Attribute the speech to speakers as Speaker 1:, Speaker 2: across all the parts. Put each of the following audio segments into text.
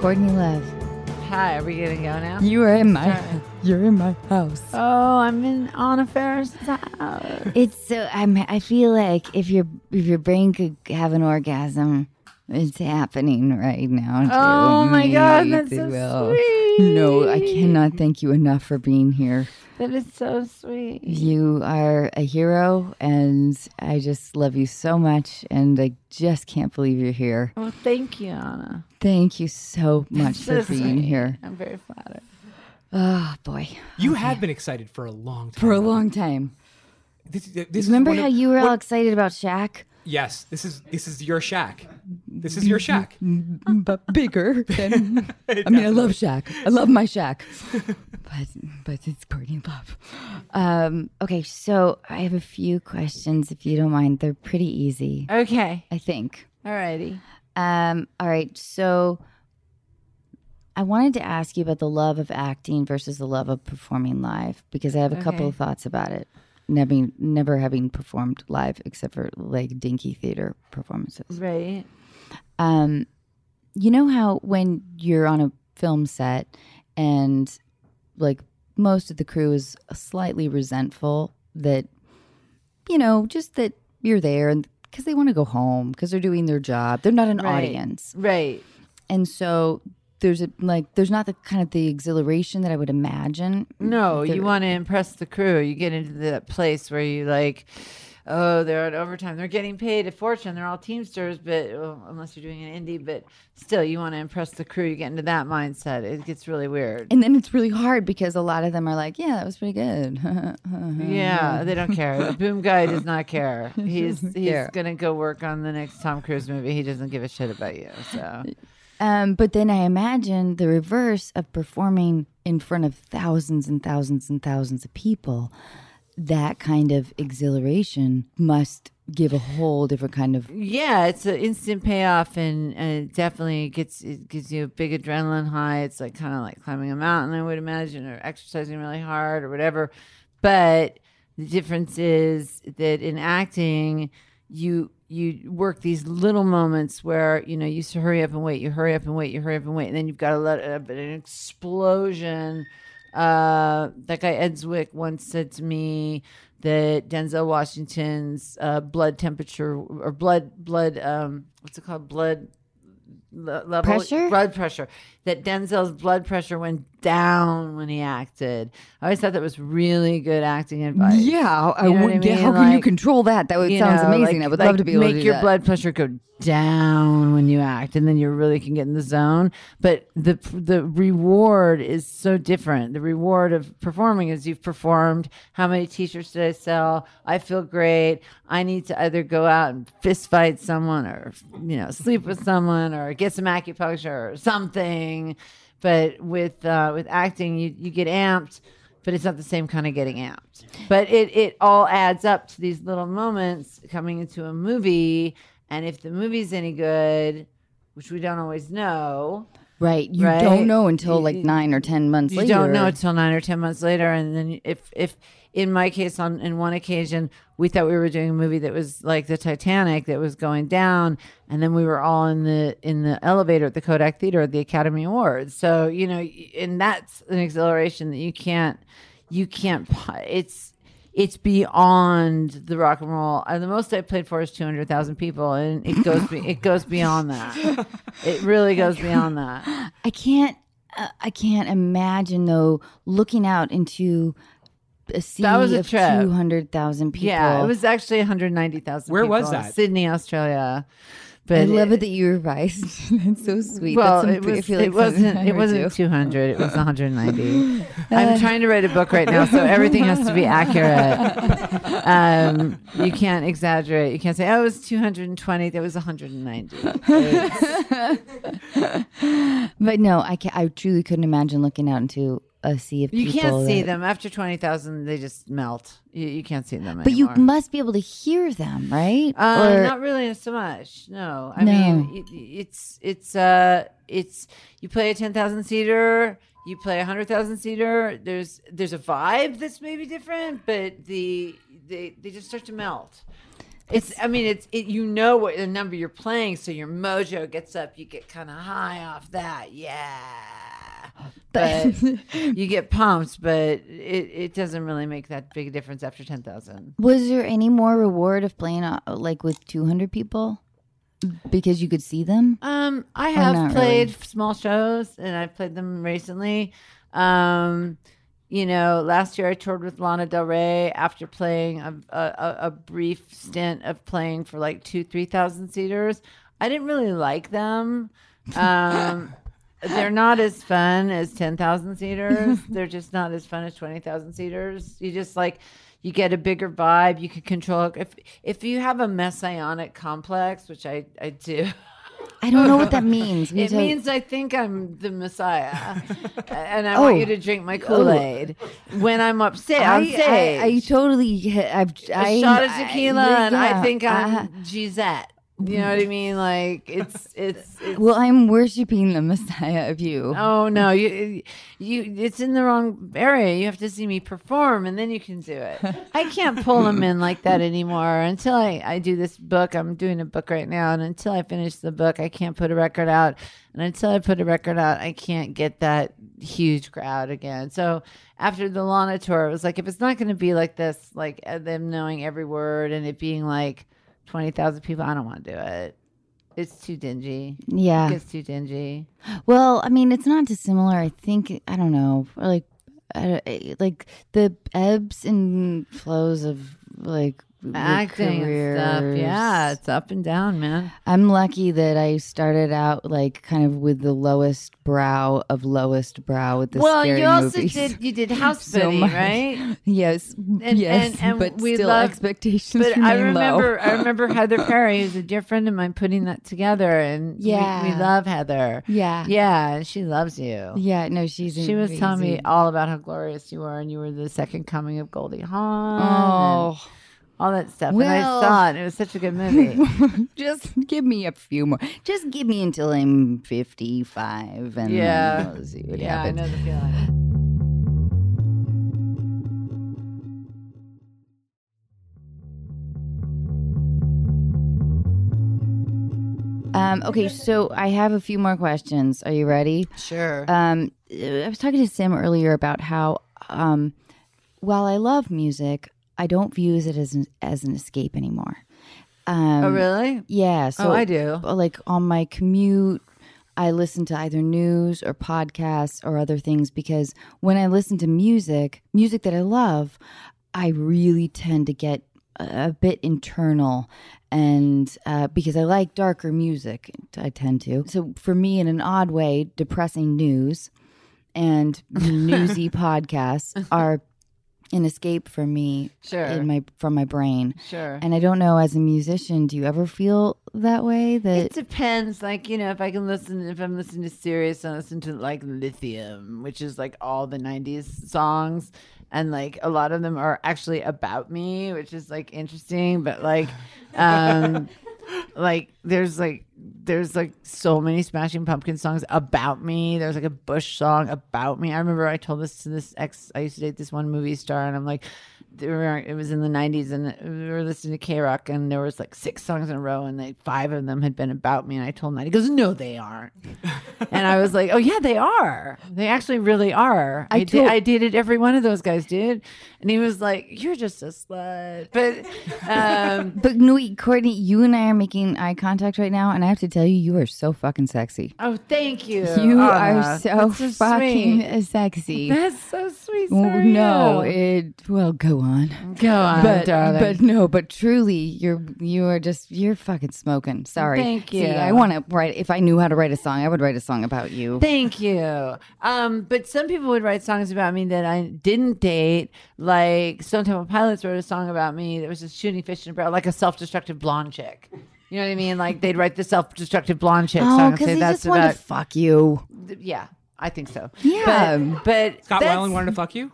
Speaker 1: Courtney Love.
Speaker 2: Hi, are we gonna go now?
Speaker 1: You are in my you're in my house.
Speaker 2: Oh, I'm in on a Ferris house.
Speaker 1: It's so I'm I feel like if your if your brain could have an orgasm, it's happening right now. to
Speaker 2: Oh my
Speaker 1: me,
Speaker 2: God,
Speaker 1: if
Speaker 2: that's
Speaker 1: you
Speaker 2: so
Speaker 1: will.
Speaker 2: sweet.
Speaker 1: No, I cannot thank you enough for being here.
Speaker 2: That is so sweet.
Speaker 1: You are a hero and I just love you so much and I just can't believe you're here.
Speaker 2: Well, thank you, Anna.
Speaker 1: Thank you so much for
Speaker 2: That's so
Speaker 1: being
Speaker 2: sweet.
Speaker 1: here.
Speaker 2: I'm very flattered.
Speaker 1: Oh boy.
Speaker 3: You have been excited for a long time.
Speaker 1: For a long time.
Speaker 3: This, this is
Speaker 1: Remember
Speaker 3: one
Speaker 1: how
Speaker 3: of-
Speaker 1: you were
Speaker 3: one-
Speaker 1: all excited about Shaq?
Speaker 3: Yes, this is this is your shack. This is your shack.
Speaker 1: Mm, but bigger than I mean I love Shaq. I love my Shaq. but but it's Courtney Love. Um, okay, so I have a few questions if you don't mind. They're pretty easy,
Speaker 2: Okay.
Speaker 1: I think.
Speaker 2: Alrighty.
Speaker 1: Um, all right, so I wanted to ask you about the love of acting versus the love of performing live because I have a couple
Speaker 2: Okay.
Speaker 1: of thoughts about it. Never, never having performed live except for like dinky theater performances.
Speaker 2: Right.
Speaker 1: Um, you know how when you're on a film set and like most of the crew is slightly resentful that, you know, just that you're there and because they want to go home because they're doing their job. They're not an
Speaker 2: Right.
Speaker 1: audience.
Speaker 2: Right.
Speaker 1: And so there's a, like, there's not the kind of the exhilaration that I would imagine.
Speaker 2: No,
Speaker 1: There-
Speaker 2: you want to impress the crew. You get into that place where you like, oh, they're at overtime. They're getting paid a fortune. They're all Teamsters, but well, unless you're doing an indie, but still, you want to impress the crew. You get into that mindset. It gets really weird.
Speaker 1: And then it's really hard because a lot of them are like, yeah, that was pretty good.
Speaker 2: Yeah, they don't care. The boom guy does not care. He's he's
Speaker 1: care.
Speaker 2: gonna go work on the next Tom Cruise movie. He doesn't give a shit about you. So
Speaker 1: Um, but then I imagine the reverse of performing in front of thousands and thousands and thousands of people. That kind of exhilaration must give a whole different kind of.
Speaker 2: yeah, it's an instant payoff, and uh, definitely gets it gives you a big adrenaline high. It's like kind of like climbing a mountain, I would imagine, or exercising really hard or whatever. But the difference is that in acting, you you work these little moments where you know you used to hurry up and wait, you hurry up and wait, you hurry up and wait, and then you've got a lot of an explosion. Uh, that guy Ed Zwick once said to me that Denzel Washington's uh, blood temperature or blood blood um what's it called blood le- level
Speaker 1: Pressure?
Speaker 2: blood pressure that Denzel's blood pressure went down when he acted. I always thought that was really good acting advice.
Speaker 1: I
Speaker 2: You know what I mean? Like,
Speaker 1: control that? That would,
Speaker 2: you know, like- like make your blood pressure go down when you act, and then you really can get in the zone. But the the reward is so different. The reward of performing is you've performed. How many t-shirts did I sell? I feel great. I need to either go out and fist fight someone, or you know, sleep with someone, or get some acupuncture or something. But with uh, with acting, you you get amped but it's not the same kind of getting amped. But it it all adds up to these little moments coming into a movie, and if the movie's any good, which we don't always know,
Speaker 1: Right. You
Speaker 2: Right?
Speaker 1: don't know until like
Speaker 2: You-
Speaker 1: nine or 10 months
Speaker 2: you
Speaker 1: later.
Speaker 2: don't know until nine or ten months later. And then if if in my case on in one occasion we thought we were doing a movie that was like the Titanic that was going down, and then we were all in the in the elevator at the Kodak Theater at the Academy Awards. So you know, y- and that's an exhilaration that you can't you can't. pi- It's it's beyond the rock and roll. And the most I played for is two hundred thousand people, and it goes be, it goes beyond that. It really goes beyond that.
Speaker 1: I can't. Uh, I can't imagine though looking out into a sea
Speaker 2: was a
Speaker 1: of
Speaker 2: trip.
Speaker 1: two hundred thousand people.
Speaker 2: Yeah, it was actually 190,000.
Speaker 3: Where
Speaker 2: people
Speaker 3: was
Speaker 2: in
Speaker 3: that?
Speaker 2: Sydney, Australia. But
Speaker 1: I love it that you revised. That's so sweet.
Speaker 2: Well,
Speaker 1: That's
Speaker 2: it,
Speaker 1: some- I
Speaker 2: was,
Speaker 1: feel like
Speaker 2: it wasn't.
Speaker 1: something I
Speaker 2: It
Speaker 1: would
Speaker 2: wasn't
Speaker 1: do.
Speaker 2: 200. It was 190. I'm trying to write a book right now, so everything has to be accurate. Um, you can't exaggerate. You can't say, "Oh, it was 220." That was 190.
Speaker 1: But no, I can I truly couldn't imagine looking out into a sea of
Speaker 2: You
Speaker 1: people.
Speaker 2: can't see
Speaker 1: that-
Speaker 2: them after 20,000. They just melt. You, you can't see them.
Speaker 1: But you
Speaker 2: anymore.
Speaker 1: must be able to hear them, right?
Speaker 2: Uh,
Speaker 1: Or-
Speaker 2: not really so much. No, I
Speaker 1: No.
Speaker 2: mean it, it's it's uh it's you play a ten thousand seater, you play a hundred thousand seater. There's there's a vibe that's maybe different, but the they they just start to melt. It's. I mean, it's. It, you know what the number you're playing, so your mojo gets up. You get kind of high off that. Yeah. But you get pumped, but it, it doesn't really make that big a difference after ten thousand.
Speaker 1: Was there any more reward of playing uh, like with 200 people because you could see them?
Speaker 2: Um, I
Speaker 1: not
Speaker 2: have played
Speaker 1: really?
Speaker 2: small shows, and I've played them recently. Um, you know, last year I toured with Lana Del Rey after playing a, a, a- a brief stint of playing for like two, three thousand seaters. I didn't really like them. Um, they're not as fun as ten thousand seaters. they're just not as fun as twenty thousand seaters. You just like you get a bigger vibe. You can control if if you have a messianic complex, which I I do.
Speaker 1: I don't know what that means. We
Speaker 2: It
Speaker 1: don't-
Speaker 2: means I think I'm the Messiah, and I want
Speaker 1: Oh.
Speaker 2: you to drink my Kool Aid when I'm upset.
Speaker 1: I,
Speaker 2: on
Speaker 1: I, I
Speaker 2: stage.
Speaker 1: totally. I've
Speaker 2: A
Speaker 1: I-
Speaker 2: shot of
Speaker 1: I-
Speaker 2: tequila, and I
Speaker 1: yeah,
Speaker 2: think I'm
Speaker 1: uh,
Speaker 2: Gisette. You know what I mean? Like it's it's. it's
Speaker 1: well, I'm worshiping the Messiah of you.
Speaker 2: oh no, you you it's in the wrong area. You have to see me perform, and then you can do it. I can't pull them in like that anymore. Until I I do this book, I'm doing a book right now, and until I finish the book, I can't put a record out. And until I put a record out, I can't get that huge crowd again. So after the Lana tour, it was like if it's not going to be like this, like uh, them knowing every word and it being like twenty thousand people, I don't want to do it. It's too dingy.
Speaker 1: Yeah.
Speaker 2: It's too dingy.
Speaker 1: Well, I mean, it's not dissimilar. I think I don't know, or like, I, I- like the ebbs and flows of like your
Speaker 2: acting and
Speaker 1: careers.
Speaker 2: stuff. Yeah, it's up and down, man.
Speaker 1: I'm lucky that I started out like kind of with the lowest brow of lowest brow with the
Speaker 2: well,
Speaker 1: scary
Speaker 2: you also
Speaker 1: movies.
Speaker 2: did you did House
Speaker 1: So
Speaker 2: Bunny,
Speaker 1: much.
Speaker 2: right?
Speaker 1: yes,
Speaker 2: and-
Speaker 1: yes,
Speaker 2: and
Speaker 1: but
Speaker 2: we
Speaker 1: still
Speaker 2: love-
Speaker 1: expectations
Speaker 2: But I
Speaker 1: remain
Speaker 2: remember
Speaker 1: low.
Speaker 2: I remember Heather Perry, who's a dear friend of mine, putting that together, and we- we,
Speaker 1: Yeah.
Speaker 2: love Heather.
Speaker 1: yeah,
Speaker 2: Yeah, and she loves you.
Speaker 1: yeah. No, she's
Speaker 2: She was telling me
Speaker 1: amazing.
Speaker 2: all about how glorious you were, and you were the second coming of Goldie Hawn, and
Speaker 1: Oh,
Speaker 2: all that stuff. and I
Speaker 1: Well-
Speaker 2: saw it; it was such a good movie.
Speaker 1: just give me a few more. Just give me until I'm 55 and
Speaker 2: Yeah.
Speaker 1: then we'll see what
Speaker 2: yeah, I
Speaker 1: happens.
Speaker 2: know the feeling.
Speaker 1: Um, okay, so I have a few more questions. Are you ready?
Speaker 2: Sure.
Speaker 1: Um, I was talking to Sim earlier about how um, while I love music, I don't view it as an, as an escape anymore. Um,
Speaker 2: oh, really?
Speaker 1: Yeah. So
Speaker 2: oh, I do.
Speaker 1: but, uh, like on my commute i listen to either news or podcasts or other things because when i listen to music music that i love i really tend to get a a bit internal and uh, because i like darker music i tend to so for me in an odd way depressing news and newsy podcasts are an escape for me
Speaker 2: Sure.
Speaker 1: in my from my brain
Speaker 2: Sure.
Speaker 1: and I don't know, as a musician, do you ever feel that way?
Speaker 2: It
Speaker 1: That
Speaker 2: depends. Like, you know, if I can listen, if I'm listening to Sirius, I listen to like Lithium, which is like all the 90s songs. And like a lot of them are actually about me, which is like interesting. But like, um, like there's like, there's like so many Smashing Pumpkin songs about me. There's like a Bush song about me. I remember I told this to this ex, I used to date this one movie star, and I'm like, they were, it was in the 90s and we were listening to k-rock and there was like six songs in a row and like five of them had been about me and i told him that he goes no they aren't and i was like oh yeah they are they actually really are i, did,
Speaker 1: told-
Speaker 2: I dated every one of those guys dude and he was like you're just a slut but um
Speaker 1: but no, wait, Courtney, you and I are making eye contact right now, and I have to tell you, you are so fucking sexy.
Speaker 2: oh thank you
Speaker 1: You
Speaker 2: Anna.
Speaker 1: are so
Speaker 2: That's so
Speaker 1: fucking
Speaker 2: sweet.
Speaker 1: sexy.
Speaker 2: that's so sweet
Speaker 1: Oh,
Speaker 2: Sorry,
Speaker 1: no,
Speaker 2: you.
Speaker 1: it well go on,
Speaker 2: go on
Speaker 1: but
Speaker 2: darling
Speaker 1: but no, but truly, you're you are just you're fucking smoking. Sorry,
Speaker 2: Thank
Speaker 1: See,
Speaker 2: you.
Speaker 1: I want to write. If I knew how to write a song, I would write a song about you.
Speaker 2: Thank you. Um, but some people would write songs about me that I didn't date. Like Stone Temple Pilots wrote a song about me that was just shooting fish in a barrel, like a self-destructive blonde chick. You know what I mean? Like they'd write the self-destructive blonde chick
Speaker 1: Oh,
Speaker 2: song and
Speaker 1: because
Speaker 2: say
Speaker 1: they
Speaker 2: that's
Speaker 1: just want
Speaker 2: about.
Speaker 1: to fuck you.
Speaker 2: yeah, I think so.
Speaker 1: Yeah.
Speaker 2: but, but
Speaker 3: Scott
Speaker 2: that's-
Speaker 3: Weiland wanted to fuck you.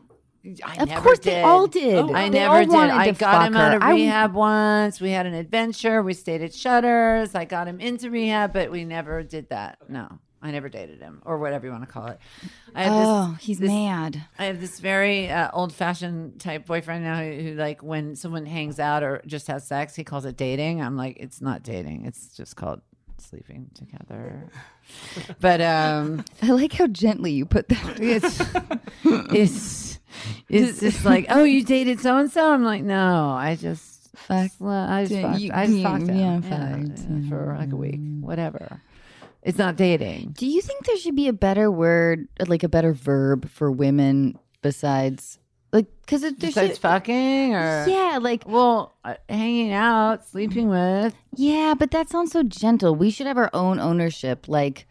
Speaker 2: I
Speaker 1: Of
Speaker 2: never
Speaker 1: course they all did.
Speaker 2: I
Speaker 1: They
Speaker 2: never
Speaker 1: all
Speaker 2: did.
Speaker 1: wanted
Speaker 2: I
Speaker 1: to
Speaker 2: got him
Speaker 1: fuck
Speaker 2: out
Speaker 1: her.
Speaker 2: of
Speaker 1: I-
Speaker 2: rehab once. We had an adventure. We stayed at Shutters. I got him into rehab, but we never did that. No. I never dated him or whatever you want to call it. I had this-
Speaker 1: Oh, he's
Speaker 2: this-
Speaker 1: mad.
Speaker 2: I have this very uh, old-fashioned type boyfriend now who, who, like, when someone hangs out or just has sex, he calls it dating. I'm like, it's not dating. It's just called sleeping together. but um,
Speaker 1: I like how gently you put that.
Speaker 2: it's it's it's just like, oh, you dated so and so. I'm like, no, I just.
Speaker 1: Fuck.
Speaker 2: sle- I just
Speaker 1: Yeah,
Speaker 2: fucked.
Speaker 1: you-
Speaker 2: I just
Speaker 1: you-
Speaker 2: fucked him.
Speaker 1: yeah,
Speaker 2: Yeah,
Speaker 1: fucked.
Speaker 2: yeah, for like a week, whatever. It's not dating.
Speaker 1: Do you think there should be a better word, like a better verb for women besides, like, because there
Speaker 2: Besides
Speaker 1: should,
Speaker 2: fucking or
Speaker 1: yeah, like,
Speaker 2: well, uh, hanging out, sleeping with.
Speaker 1: yeah, but that sounds so gentle. We should have our own ownership. Like,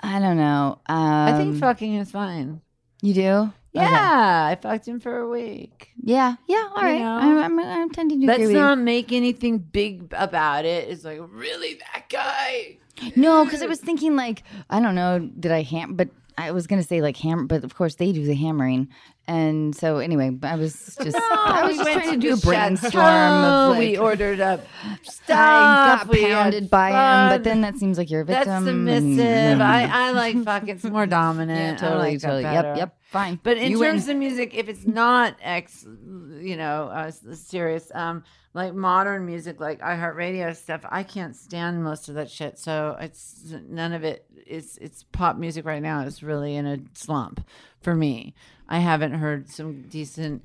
Speaker 1: I don't know. Um,
Speaker 2: I think fucking is fine.
Speaker 1: you do.
Speaker 2: Yeah,
Speaker 1: Okay.
Speaker 2: I fucked him for a week.
Speaker 1: Yeah. Yeah. All
Speaker 2: You
Speaker 1: right.
Speaker 2: know?
Speaker 1: I'm, I'm, I'm tending to
Speaker 2: Let's
Speaker 1: agree with
Speaker 2: not make anything big about it. It's like really that guy.
Speaker 1: you. No, because I was thinking like I don't know. Did I ham? But I was gonna say like ham. But of course they do the hammering. And so anyway, I was just I was
Speaker 2: We
Speaker 1: just
Speaker 2: went
Speaker 1: trying to
Speaker 2: to
Speaker 1: do a
Speaker 2: the
Speaker 1: brainstorm
Speaker 2: chateau,
Speaker 1: of like.
Speaker 2: we ordered up stuff.
Speaker 1: I got
Speaker 2: we had
Speaker 1: pounded by him,
Speaker 2: fun.
Speaker 1: but then that seems like you're a victim.
Speaker 2: that's
Speaker 1: and-
Speaker 2: submissive. I, I like fuck. It's more
Speaker 1: yeah,
Speaker 2: dominant. I
Speaker 1: totally,
Speaker 2: like that
Speaker 1: totally.
Speaker 2: better.
Speaker 1: Yep, yep. Fine.
Speaker 2: But in
Speaker 1: You win.
Speaker 2: terms of music, if it's not ex, you know, uh, s- serious, um, like modern music, like iHeartRadio stuff, I can't stand most of that shit. So it's none of it. It's it's pop music right now is really in a slump for me. I haven't heard some decent.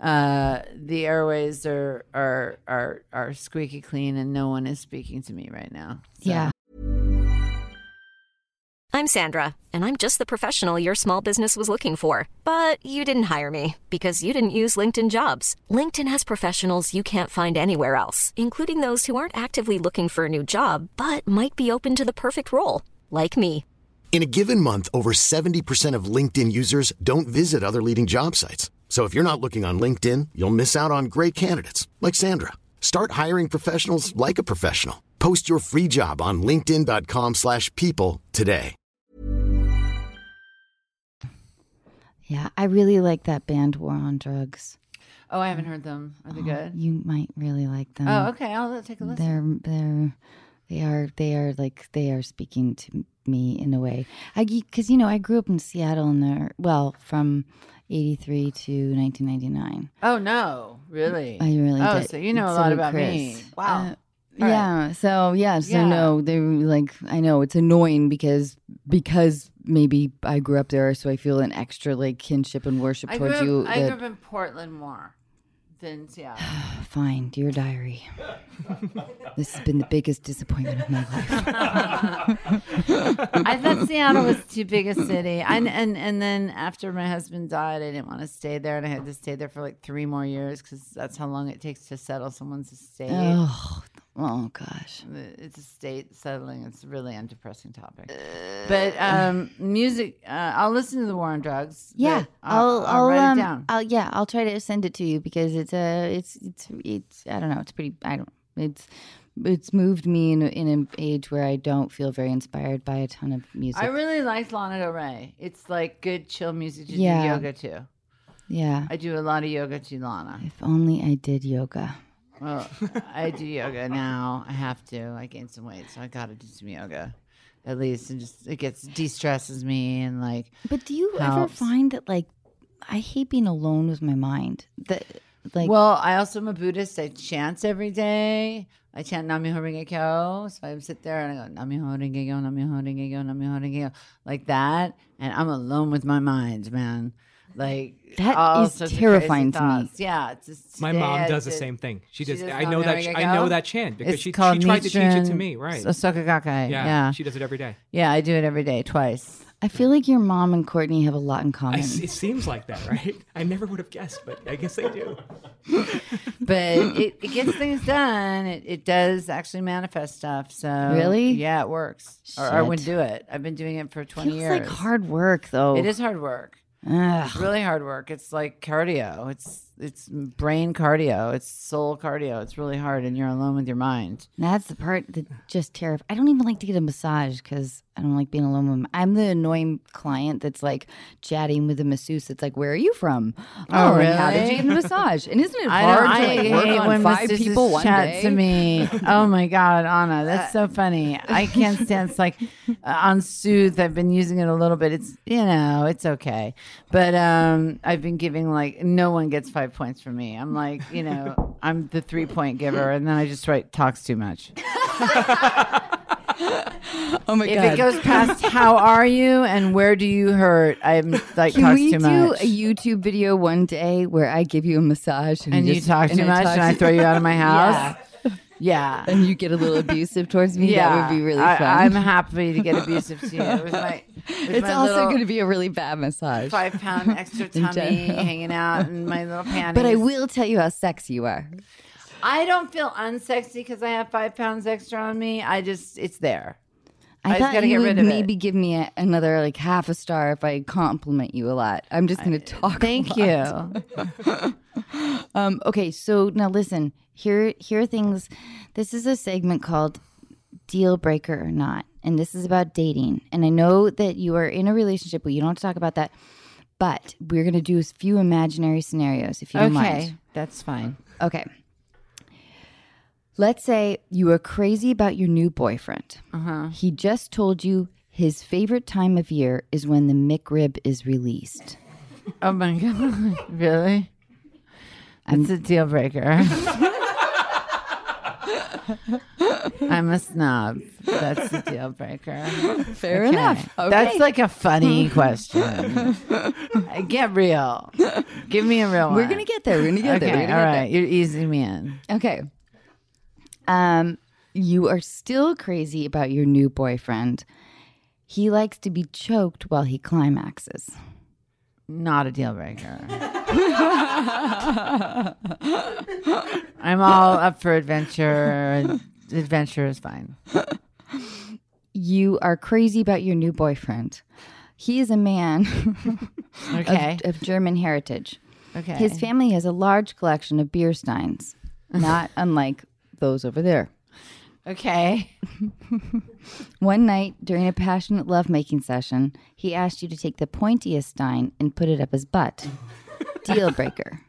Speaker 2: Uh, the airways are are are are squeaky clean, and no one is speaking to me right now. So-
Speaker 1: yeah,
Speaker 4: I'm Sandra, and I'm just the professional your small business was looking for. But you didn't hire me because you didn't use LinkedIn jobs. LinkedIn has professionals you can't find anywhere else, including those who aren't actively looking for a new job but might be open to the perfect role, like me.
Speaker 5: In a given month, over 70% of LinkedIn users don't visit other leading job sites. So if you're not looking on LinkedIn, you'll miss out on great candidates like Sandra. Start hiring professionals like a professional. Post your free job on linkedin.com/people slash people today.
Speaker 1: yeah. I really like that band War on Drugs.
Speaker 2: Oh, I haven't heard them. Are they good?
Speaker 1: You might really like them.
Speaker 2: Oh, okay. I'll take a listen.
Speaker 1: Oh, They're they're they are they are like they are speaking to me in a way. I because you know I grew up in Seattle and there well from eighty three to nineteen ninety nine.
Speaker 2: Oh no, really?
Speaker 1: I really
Speaker 2: Oh,
Speaker 1: did.
Speaker 2: so you know a
Speaker 1: So
Speaker 2: lot
Speaker 1: did
Speaker 2: about
Speaker 1: Chris.
Speaker 2: me.
Speaker 1: Uh,
Speaker 2: Wow. All right.
Speaker 1: Yeah. So yeah. So
Speaker 2: Yeah.
Speaker 1: no, they were like I know it's annoying because because maybe I grew up there, so I feel an extra like kinship and worship
Speaker 2: I grew,
Speaker 1: towards
Speaker 2: up,
Speaker 1: you.
Speaker 2: I
Speaker 1: that-
Speaker 2: grew up in Portland more than Seattle.
Speaker 1: Fine, dear diary. this has been the biggest disappointment of my life.
Speaker 2: I thought Seattle was too big a city. I, and and then after my husband died, I didn't want to stay there, and I had to stay there for like three more years because that's how long it takes to settle someone's estate. Uh,
Speaker 1: Oh, oh gosh.
Speaker 2: It's estate settling. It's really a depressing topic. But um, music, uh, I'll listen to the War on Drugs. but
Speaker 1: Yeah,
Speaker 2: I'll,
Speaker 1: I'll,
Speaker 2: I'll,
Speaker 1: I'll,
Speaker 2: write
Speaker 1: um,
Speaker 2: it down.
Speaker 1: I'll yeah, I'll try to send it to you because it's a, it's, it's, it's. I don't know. It's pretty. I don't. It's, it's moved me in a- in an age where I don't feel very inspired by a ton of music.
Speaker 2: I really liked Lana Del Rey. It's like good chill music to
Speaker 1: Yeah.
Speaker 2: do yoga to.
Speaker 1: yeah.
Speaker 2: I do a lot of yoga to Lana.
Speaker 1: If only I did yoga.
Speaker 2: Well, I do yoga now. I have to. I gained some weight, so I got to do some yoga, at least, and just it gets de stresses me and like
Speaker 1: But do you ever
Speaker 2: Helps.
Speaker 1: find that like, I hate being alone with my mind. That like,
Speaker 2: well, I also am a Buddhist. I chant every day. I chant Namiho Renge Kyo. So I sit there and I go Namiho Renge Kyo, Namiho Renge Kyo, Namiho Renge Kyo, like that. And I'm alone with my mind, man. Like
Speaker 1: That
Speaker 2: all
Speaker 1: is
Speaker 2: sorts of
Speaker 1: terrifying
Speaker 2: crazy
Speaker 1: to me.
Speaker 2: thoughts. Yeah, it's just
Speaker 3: My
Speaker 2: today I
Speaker 3: mom does the
Speaker 2: did-
Speaker 3: same thing. She
Speaker 2: she
Speaker 3: does.
Speaker 2: does
Speaker 3: I
Speaker 2: not
Speaker 3: know that.
Speaker 2: marry a
Speaker 3: I know
Speaker 2: girl?
Speaker 3: that chant because
Speaker 2: It's
Speaker 3: she, she
Speaker 2: called
Speaker 3: tried to teach it to
Speaker 2: Nichiren
Speaker 3: me. Right.
Speaker 2: Sokagakai.
Speaker 3: yeah,
Speaker 2: yeah.
Speaker 3: She does it every day.
Speaker 2: Yeah, I do it every day, twice.
Speaker 1: I feel like your mom and Courtney have a lot in
Speaker 3: I
Speaker 1: common.
Speaker 3: s it seems like that, right? I never would have guessed, but I guess they do.
Speaker 2: But it, it gets things done. It, it does actually manifest stuff. So
Speaker 1: Really?
Speaker 2: yeah, it works. Or, or I would
Speaker 1: Shit.
Speaker 2: do it. I've been doing it for twenty
Speaker 1: Feels
Speaker 2: years.
Speaker 1: like hard work though.
Speaker 2: It is hard work.
Speaker 1: Ugh.
Speaker 2: Really hard work. It's like cardio. It's it's brain cardio. It's soul cardio. It's really hard, and you're alone with your mind.
Speaker 1: That's the part that just terrifies. I don't even like to get a massage because I don't like being alone with. My- I'm the annoying client that's like chatting with the masseuse. That's like, "Where are you from? Oh, and how did
Speaker 2: really?
Speaker 1: you get a massage? And isn't it
Speaker 2: I,
Speaker 1: hard
Speaker 2: don't- I
Speaker 1: to like work
Speaker 2: hate
Speaker 1: on
Speaker 2: when
Speaker 1: five
Speaker 2: masseuses
Speaker 1: people one
Speaker 2: chat
Speaker 1: day? Uh,
Speaker 2: to me. Oh my god, Anna, that's so funny. I can't stand. It's like uh, on Sooth, I've been using it a little bit. It's you know, it's okay, but um, I've been giving like no one gets five points from me. I'm like you know, I'm the three point giver, and then I just write talks too much.
Speaker 1: Oh my
Speaker 2: If it goes past how are you and where do you hurt, I'm like
Speaker 1: Can
Speaker 2: talks
Speaker 1: we
Speaker 2: too
Speaker 1: do
Speaker 2: much.
Speaker 1: a YouTube video one day where I give you a massage and,
Speaker 2: and
Speaker 1: you,
Speaker 2: you
Speaker 1: just-
Speaker 2: talk too
Speaker 1: I
Speaker 2: much,
Speaker 1: talk
Speaker 2: and I
Speaker 1: to-
Speaker 2: throw you out of my house. yeah.
Speaker 1: and you get a little abusive towards me? that would be really fun.
Speaker 2: I, am happy to get abusive to you. With my, with
Speaker 1: it's
Speaker 2: my
Speaker 1: also
Speaker 2: little
Speaker 1: going to be a really bad massage.
Speaker 2: five pound extra tummy
Speaker 1: general.
Speaker 2: hanging out and my little panties.
Speaker 1: But I will tell you how sexy you are.
Speaker 2: I don't feel unsexy because I have five pounds extra on me. I just it's there.
Speaker 1: I,
Speaker 2: I just
Speaker 1: thought
Speaker 2: gotta
Speaker 1: you
Speaker 2: get
Speaker 1: would
Speaker 2: rid of it.
Speaker 1: maybe give me a, another like half a star if I compliment you a lot. I'm just going to talk. a
Speaker 2: Thank
Speaker 1: lot.
Speaker 2: you.
Speaker 1: Um, okay, so now listen. Here, here are things. This is a segment called "Deal Breaker or Not," and this is about dating. And I know that you are in a relationship, but you don't have to talk about that. But we're going to do a few imaginary scenarios, if you don't mind.
Speaker 2: Okay, that's fine.
Speaker 1: Okay. Let's say you are crazy about your new boyfriend. He just told you his favorite time of year is when the McRib is released.
Speaker 2: Oh my god, really? That's a deal breaker. I'm a snob. That's a deal breaker.
Speaker 1: Fair
Speaker 2: Okay.
Speaker 1: enough. Okay.
Speaker 2: That's like a funny question. Uh, get real. Give me a real one.
Speaker 1: we're gonna get there. We're gonna get there. We're
Speaker 2: Okay,
Speaker 1: gonna
Speaker 2: all
Speaker 1: get
Speaker 2: right. You're easing me in.
Speaker 1: there. Okay. Um, you are still crazy about your new boyfriend. He likes to be choked while he climaxes.
Speaker 2: Not a deal breaker. I'm all up for adventure. Adventure is fine.
Speaker 1: You are crazy about your new boyfriend. He is a man of-
Speaker 2: Okay.
Speaker 1: of German heritage.
Speaker 2: Okay.
Speaker 1: His family has a large collection of beer steins, not unlike those over there.
Speaker 2: okay.
Speaker 1: One night during a passionate lovemaking session, he asked you to take the pointiest stein and put it up his butt. Deal breaker.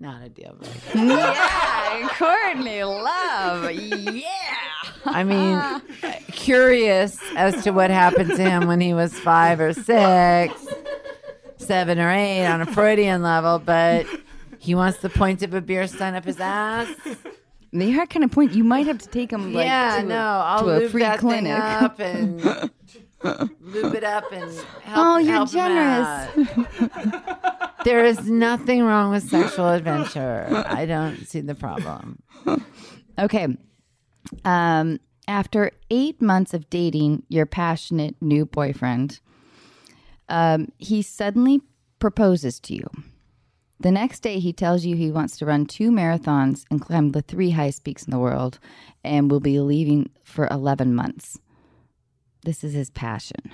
Speaker 2: Not a deal breaker.
Speaker 1: yeah, Courtney Love. Yeah.
Speaker 2: I mean, curious as to what happened to him when he was five or six, seven or eight on a Freudian level, but he wants the point of a beer stein up his ass.
Speaker 1: They are kind of point. You might have to take him. Like,
Speaker 2: yeah,
Speaker 1: to a-
Speaker 2: no, I'll
Speaker 1: to a
Speaker 2: lube
Speaker 1: free
Speaker 2: that thing
Speaker 1: clinic.
Speaker 2: up and lube it up and help.
Speaker 1: Oh, you're
Speaker 2: help him out. there is nothing wrong with sexual adventure. I don't see the problem.
Speaker 1: Okay. Um, after eight months of dating your passionate new boyfriend, um, he suddenly proposes to you. The next day, he tells you he wants to run two marathons and climb the three highest peaks in the world and will be leaving for 11 months. This is his passion.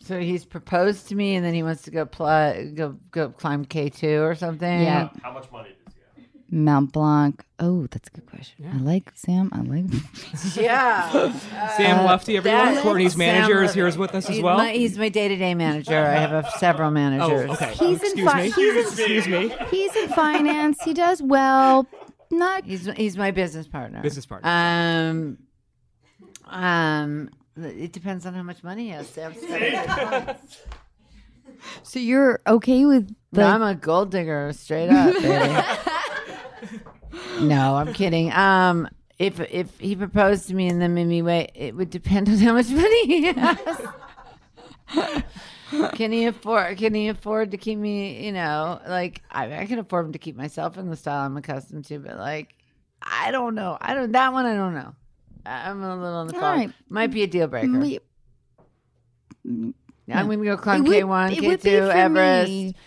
Speaker 2: So he's proposed to me, and then he wants to go pl- go go climb K two or something.
Speaker 1: Yeah. How much money does he have? Mount Blanc. Oh, that's a good question. I like Sam. I like.
Speaker 2: yeah.
Speaker 3: Sam Lefty, everyone.
Speaker 2: That-
Speaker 3: Courtney's
Speaker 2: Sam
Speaker 3: manager is
Speaker 2: Levy.
Speaker 3: here with us as
Speaker 2: He's
Speaker 3: well.
Speaker 2: my- he's my day to day manager. I have a, several
Speaker 3: oh,
Speaker 2: managers.
Speaker 3: okay.
Speaker 1: He's in
Speaker 3: excuse
Speaker 1: fi-
Speaker 3: me.
Speaker 1: he's in-
Speaker 3: excuse me.
Speaker 1: He's in finance. He does well. Not
Speaker 2: He's he's my business partner.
Speaker 3: Business partner.
Speaker 1: Uh,
Speaker 2: Um, um, it depends on how much money he has. Sam.
Speaker 1: So you're okay with the
Speaker 2: But I'm a gold digger, straight up. baby. no, I'm kidding. Um, if if he proposed to me and then made me wait, it would depend on how much money he has. can he afford? Can he afford to keep me? You know, like I, I can afford him to keep myself in the style I'm accustomed to, but like I don't know. I don't that one. I don't know. I- I'm a little on the
Speaker 1: All
Speaker 2: clock.
Speaker 1: right. Mm,
Speaker 2: Might be a deal breaker.
Speaker 1: we,
Speaker 2: I'm going to go
Speaker 1: it
Speaker 2: climb
Speaker 1: would-
Speaker 2: K1,
Speaker 1: it would be
Speaker 2: K2,
Speaker 1: for
Speaker 2: Everest.
Speaker 1: me, because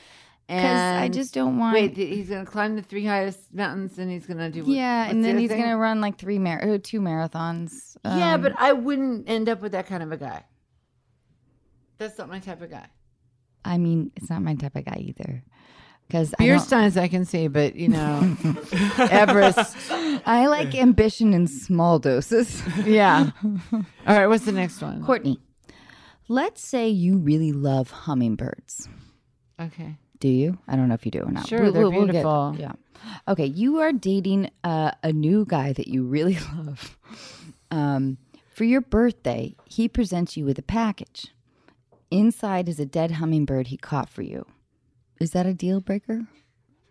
Speaker 2: and
Speaker 1: I just don't want.
Speaker 2: Wait, th- he's gonna climb the three highest mountains, and he's gonna do. what-
Speaker 1: yeah,
Speaker 2: what's
Speaker 1: and
Speaker 2: the
Speaker 1: then
Speaker 2: other
Speaker 1: he's
Speaker 2: thing?
Speaker 1: gonna run like three mar- or two marathons.
Speaker 2: yeah,
Speaker 1: um,
Speaker 2: but I wouldn't end up with that kind of a guy. That's not my type of guy.
Speaker 1: I mean, it's not my type of guy either. because I,
Speaker 2: Beer
Speaker 1: don't-
Speaker 2: steins I can see, but you know, Everest.
Speaker 1: I like ambition in small doses.
Speaker 2: Yeah. All right. What's the next one?
Speaker 1: Courtney, let's say you really love hummingbirds.
Speaker 2: Okay.
Speaker 1: Do you? I don't know if you do or not.
Speaker 2: Sure, they're
Speaker 1: get-
Speaker 2: beautiful.
Speaker 1: yeah. Okay, you are dating uh, a new guy that you really love. Um, for your birthday, he presents you with a package. Inside is a dead hummingbird he caught for you. Is that a deal breaker?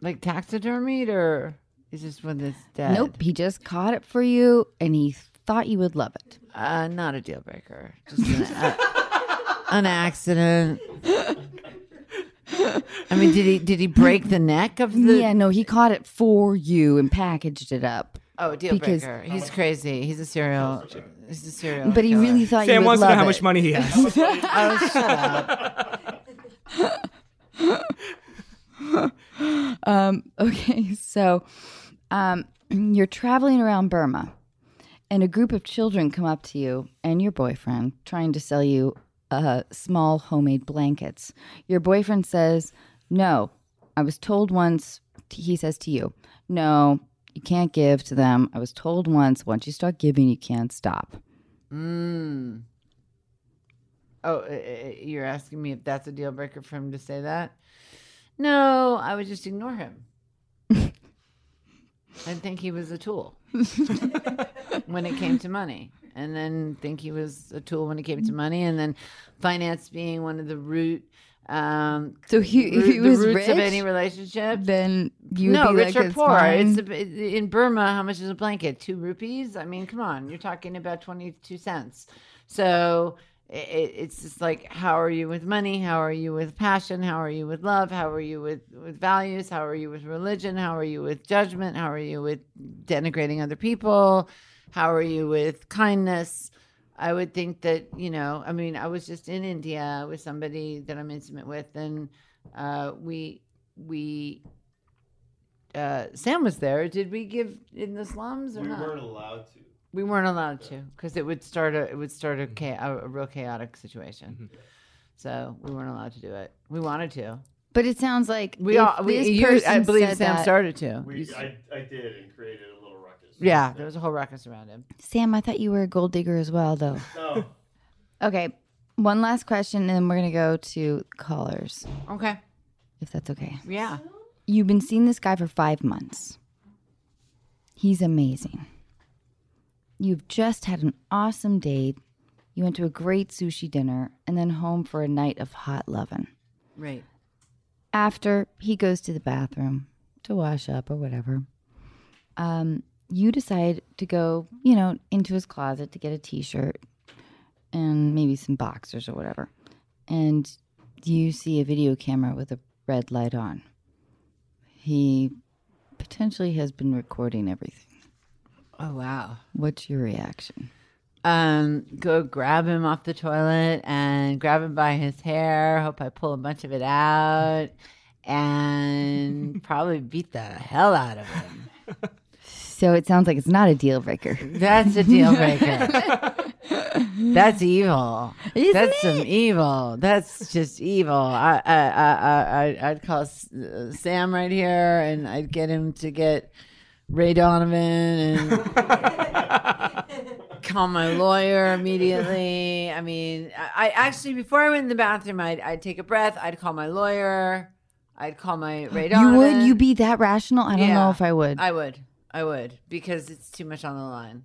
Speaker 2: Like taxidermied, or is this one that's dead?
Speaker 1: Nope. He just caught it for you, and he thought you would love it.
Speaker 2: Uh, not a deal breaker. Just an, uh, an accident. I mean, did he did he break the neck of the?
Speaker 1: yeah, no, he caught it for you and packaged it up.
Speaker 2: Oh, deal
Speaker 1: Because-
Speaker 2: breaker. He's crazy. He's a serial. He's a serial.
Speaker 1: But he
Speaker 2: killer.
Speaker 1: really thought
Speaker 3: Sam
Speaker 1: you would
Speaker 3: wants to
Speaker 1: love
Speaker 3: know how
Speaker 1: it.
Speaker 3: much money he has.
Speaker 1: Okay, so um, you're traveling around Burma, and a group of children come up to you and your boyfriend trying to sell you uh, small homemade blankets. Your boyfriend says, No, I was told once, he says to you, No, you can't give to them. I was told once, once you start giving, you can't stop.
Speaker 2: Mm. Oh, uh, uh, you're asking me if that's a deal breaker for him to say that? No, I would just ignore him. I think he was a tool when it came to money, and then think he was a tool when it came to money, and then finance being one of the root. Um,
Speaker 1: So he- if he
Speaker 2: the
Speaker 1: was
Speaker 2: roots of
Speaker 1: rich,
Speaker 2: any relationship.
Speaker 1: Then you would
Speaker 2: no,
Speaker 1: be
Speaker 2: rich
Speaker 1: like,
Speaker 2: or
Speaker 1: "It's
Speaker 2: poor.
Speaker 1: fine."
Speaker 2: It's a, in Burma. How much is a blanket? Two rupees. I mean, come on. You're talking about twenty-two cents. So i i- it's just like, how are you with money? How are you with passion? How are you with love? How are you with with values? How are you with religion? How are you with judgment? How are you with denigrating other people? How are you with kindness? I would think that, you know, I mean, I was just in India with somebody that I'm intimate with and uh, we we uh, Sam was there. Did we give in the slums or
Speaker 6: We
Speaker 2: not?
Speaker 6: weren't allowed to.
Speaker 2: we weren't allowed to because it would start a it would start a,
Speaker 6: Mm-hmm.
Speaker 2: cha- a, a real chaotic situation. So we weren't allowed to do it. We wanted to.
Speaker 1: but it sounds like
Speaker 2: We
Speaker 1: if
Speaker 2: all. We,
Speaker 1: this
Speaker 2: you, I
Speaker 1: person
Speaker 2: believe
Speaker 1: said
Speaker 2: Sam
Speaker 1: that-
Speaker 2: started to. You
Speaker 6: We,
Speaker 2: s-
Speaker 6: I, I did and created a little ruckus.
Speaker 2: yeah, there was a whole ruckus around him.
Speaker 1: Sam, I thought you were a gold digger as well, though.
Speaker 6: No.
Speaker 1: Okay. One last question, and then we're going to go to callers,
Speaker 2: Okay.
Speaker 1: if that's okay.
Speaker 2: Yeah.
Speaker 1: You've been seeing this guy for five months. He's amazing. You've just had an awesome date. You went to a great sushi dinner and then home for a night of hot lovin'.
Speaker 2: Right.
Speaker 1: After he goes to the bathroom to wash up or whatever, um, you decide to go, you know, into his closet to get a t shirt and maybe some boxers or whatever. And you see a video camera with a red light on. He potentially has been recording everything.
Speaker 2: Oh wow.
Speaker 1: What's your reaction?
Speaker 2: um, go grab him off the toilet and grab him by his hair. Hope I pull a bunch of it out and probably beat the hell out of him.
Speaker 1: So it sounds like it's not a deal breaker.
Speaker 2: That's a deal breaker. That's evil.
Speaker 1: Isn't
Speaker 2: That's some evil. That's just evil. I, I, I, I, I'd call S- uh, Sam right here, and I'd get him to get Ray Donovan and call my lawyer immediately. I mean, I, I actually before I went in the bathroom, I'd, I'd take a breath. I'd call my lawyer. I'd call my Ray
Speaker 1: You
Speaker 2: Donovan.
Speaker 1: would? You be that rational? I don't
Speaker 2: Yeah.
Speaker 1: know if I would.
Speaker 2: I would. I would because it's too much on the line.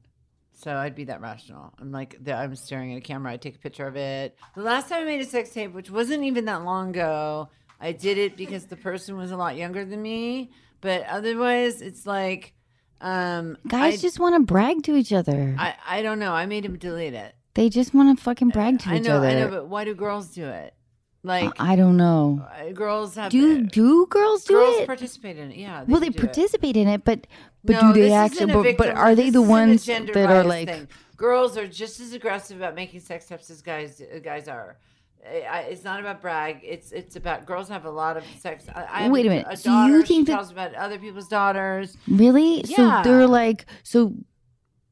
Speaker 2: So I'd be that rational. I'm like, the, I'm staring at a camera. I take a picture of it. The last time I made a sex tape, which wasn't even that long ago, I did it because the person was a lot younger than me. But otherwise, it's like, um,
Speaker 1: Guys
Speaker 2: I,
Speaker 1: just want to brag to each other.
Speaker 2: I, I don't know. I made him delete it.
Speaker 1: They just want to fucking brag to
Speaker 2: I
Speaker 1: each
Speaker 2: know,
Speaker 1: other.
Speaker 2: I know. But why do girls do it? Like,
Speaker 1: I don't know.
Speaker 2: uh, girls have
Speaker 1: Do do girls do
Speaker 2: girls
Speaker 1: it?
Speaker 2: participate in it? Yeah.
Speaker 1: well, they
Speaker 2: do it.
Speaker 1: participate in it, but but
Speaker 2: No,
Speaker 1: do they
Speaker 2: this isn't
Speaker 1: actually?
Speaker 2: a
Speaker 1: But, but
Speaker 2: victim-
Speaker 1: are they
Speaker 2: this
Speaker 1: the
Speaker 2: isn't a
Speaker 1: ones
Speaker 2: gender
Speaker 1: that are
Speaker 2: bias
Speaker 1: like?
Speaker 2: thing. girls are just as aggressive about making sex tapes as guys uh, guys are. I- I- It's not about brag. It's it's about girls have a lot of sex. I, I have
Speaker 1: Wait a
Speaker 2: a
Speaker 1: minute.
Speaker 2: A
Speaker 1: So you
Speaker 2: daughter, she
Speaker 1: think that-
Speaker 2: tells about other people's daughters.
Speaker 1: Really? So
Speaker 2: Yeah.
Speaker 1: they're like so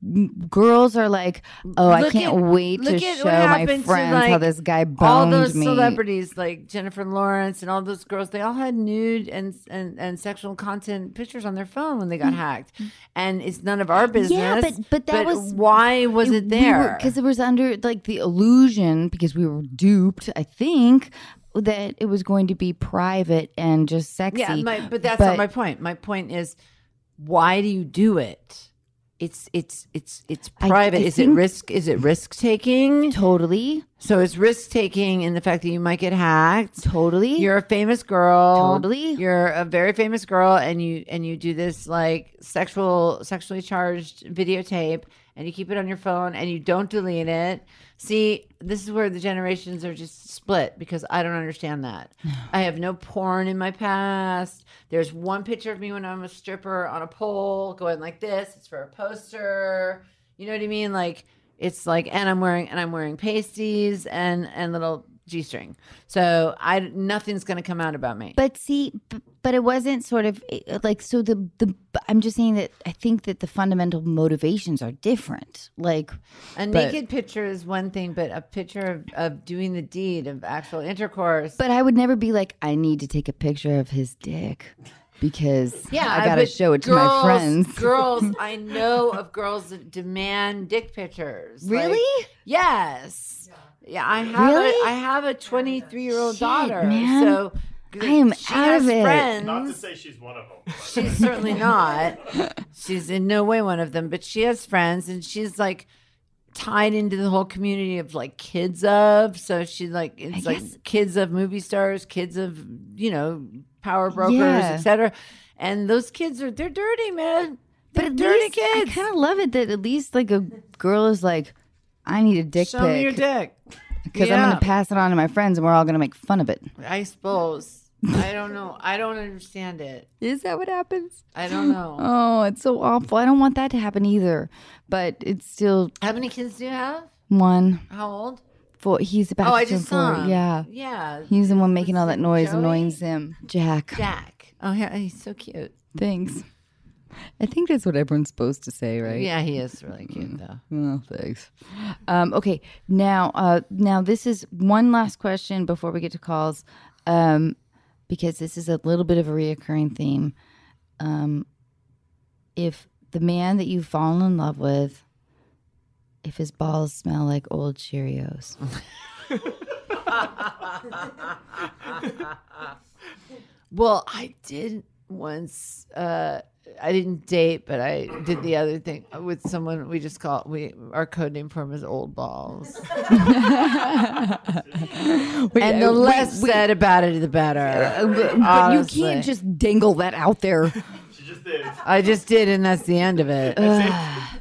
Speaker 1: m- girls are like, oh, I
Speaker 2: Look
Speaker 1: can't
Speaker 2: at-
Speaker 1: wait to
Speaker 2: look at
Speaker 1: show
Speaker 2: what
Speaker 1: my
Speaker 2: happened
Speaker 1: friends
Speaker 2: to, like,
Speaker 1: how this guy
Speaker 2: all
Speaker 1: boned
Speaker 2: those
Speaker 1: me.
Speaker 2: celebrities like Jennifer Lawrence and all those girls, they all had nude and, and and sexual content pictures on their phone when they got hacked, and it's none of our business.
Speaker 1: Mm. but- but that was-
Speaker 2: why was it there?
Speaker 1: Because it was under like the illusion, because we were duped, I think, that it was going to be private and just sexy.
Speaker 2: yeah, my, but that's not my point. My point is, why do you do it? It's it's it's it's
Speaker 1: I- I
Speaker 2: private. is it
Speaker 1: think-
Speaker 2: risk? Is it risk taking?
Speaker 1: Totally,
Speaker 2: So it's risk taking in the fact that you might get hacked.
Speaker 1: totally.
Speaker 2: You're a famous girl.
Speaker 1: Totally.
Speaker 2: You're a very famous girl and you and you do this like sexual sexually charged videotape and you keep it on your phone and you don't delete it. See, this is where the generations are just split because I don't understand that. I have no porn in my past. There's one picture of me when I'm a stripper on a pole going like this. It's for a poster. You know what I mean? Like it's like and I'm wearing and I'm wearing pasties and and little G string. So I nothing's gonna come out about me.
Speaker 1: But see, b- but it wasn't sort of eh, like so the the I'm just saying that I think that the fundamental motivations are different. Like
Speaker 2: a
Speaker 1: but-
Speaker 2: naked picture is one thing, but a picture of, of doing the deed of actual intercourse.
Speaker 1: but I would never be like I need to take a picture of his dick because
Speaker 2: yeah,
Speaker 1: I got to
Speaker 2: but
Speaker 1: show it to my
Speaker 2: girls-
Speaker 1: friends.
Speaker 2: girls, I know of girls that demand dick pictures. Like,
Speaker 1: Really?
Speaker 2: yes. Yeah, I have. A,
Speaker 1: Really?
Speaker 2: I have a 23 year old
Speaker 1: Shit,
Speaker 2: daughter.
Speaker 1: man.
Speaker 2: So
Speaker 1: I am
Speaker 2: she
Speaker 1: out
Speaker 2: has
Speaker 1: of it.
Speaker 2: Friends.
Speaker 6: Not to say she's one of them. but-
Speaker 2: She's certainly not. She's in no way one of them, but she has friends and she's like tied into the whole community of like kids of. So she like it's
Speaker 1: guess-
Speaker 2: like kids of movie stars, kids of, you know, power brokers,
Speaker 1: Yeah.
Speaker 2: etc. And those kids are they're dirty, man.
Speaker 1: but
Speaker 2: They're
Speaker 1: at
Speaker 2: dirty
Speaker 1: least
Speaker 2: kids.
Speaker 1: I kind of love it that at least like a girl is like I need a dick
Speaker 2: Show me your
Speaker 1: pic
Speaker 2: dick.
Speaker 1: because I'm
Speaker 2: Yeah.
Speaker 1: going to pass it on to my friends and we're all going to make fun of it.
Speaker 2: I suppose. I don't know. I don't understand it.
Speaker 1: Is that what happens?
Speaker 2: I don't know.
Speaker 1: Oh, it's so awful. I don't want that to happen either. But it's still
Speaker 2: How many kids do you have?
Speaker 1: one.
Speaker 2: How old?
Speaker 1: Four. He's about
Speaker 2: Oh, I
Speaker 1: to
Speaker 2: just
Speaker 1: turn
Speaker 2: saw.
Speaker 1: four.
Speaker 2: him.
Speaker 1: Yeah.
Speaker 2: Yeah.
Speaker 1: He's the one making all
Speaker 2: What's
Speaker 1: that noise,
Speaker 2: his- Joey?
Speaker 1: annoying him. Jack.
Speaker 2: Jack. Oh, yeah, he's so cute.
Speaker 1: Thanks. I think that's what everyone's supposed to say, right?
Speaker 2: Yeah, he is really cute though.
Speaker 1: Oh, thanks. Um, okay. Now, uh, now this is one last question before we get to calls, um, because this is a little bit of a reoccurring theme. Um, if the man that you've fallen in love with, if his balls smell like old Cheerios,
Speaker 2: Well, I did once. Uh, I didn't date, but I did the other thing with someone. We just call we our code name for him is Old Balls, and
Speaker 1: uh,
Speaker 2: the less said about it, the better.
Speaker 1: but you
Speaker 2: Honestly.
Speaker 1: can't just dangle that out there.
Speaker 6: She just did.
Speaker 2: I just did, and that's the end of it.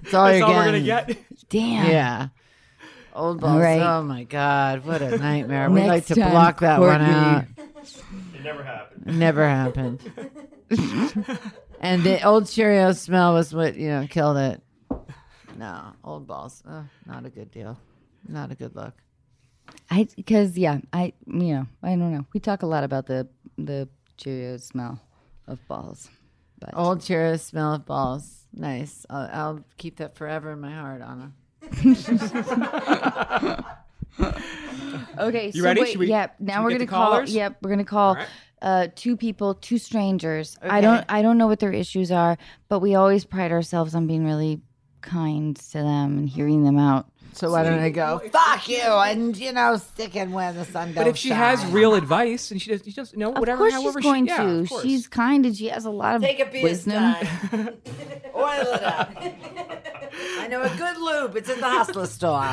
Speaker 2: That's all
Speaker 3: That's
Speaker 2: you're
Speaker 3: all we're gonna
Speaker 2: getting.
Speaker 3: get.
Speaker 1: Damn.
Speaker 2: Yeah. Old balls.
Speaker 1: right.
Speaker 2: Oh my God! What a nightmare. we like
Speaker 1: Next
Speaker 2: to
Speaker 1: time,
Speaker 2: block that one
Speaker 1: Courtney.
Speaker 2: out.
Speaker 6: It never happened.
Speaker 2: Never happened. and the old Cheerio smell was what, you know, killed it. No, old balls. Uh, not a good deal. Not a good look.
Speaker 1: I because yeah, I you know I don't know. We talk a lot about the the Cheerio smell of balls.
Speaker 2: Old Cheerio smell of balls. Nice. I'll, I'll keep that forever in my heart, Anna.
Speaker 1: Okay,
Speaker 3: You
Speaker 1: so
Speaker 3: ready?
Speaker 1: wait,
Speaker 3: Should we-
Speaker 1: yep.
Speaker 3: should
Speaker 1: Now
Speaker 3: we
Speaker 1: we're
Speaker 3: get
Speaker 1: gonna
Speaker 3: the
Speaker 1: call.
Speaker 3: callers?
Speaker 1: Yep, we're gonna call
Speaker 3: right.
Speaker 1: uh, two people, two strangers. I don't I don't know what their issues are, but we always pride ourselves on being really kind to them and hearing them out.
Speaker 2: So why don't I go? Fuck you, and you know, stick and where the sun goes.
Speaker 3: But if she has real advice and she does, she does you know whatever.
Speaker 1: of course,
Speaker 3: however
Speaker 1: she's going
Speaker 3: she, yeah,
Speaker 1: to.
Speaker 3: of course.
Speaker 1: she's kind and she has a lot of
Speaker 2: Take a beat.
Speaker 1: wisdom.
Speaker 2: Oil it up. I know a good lube. It's in the hustler store.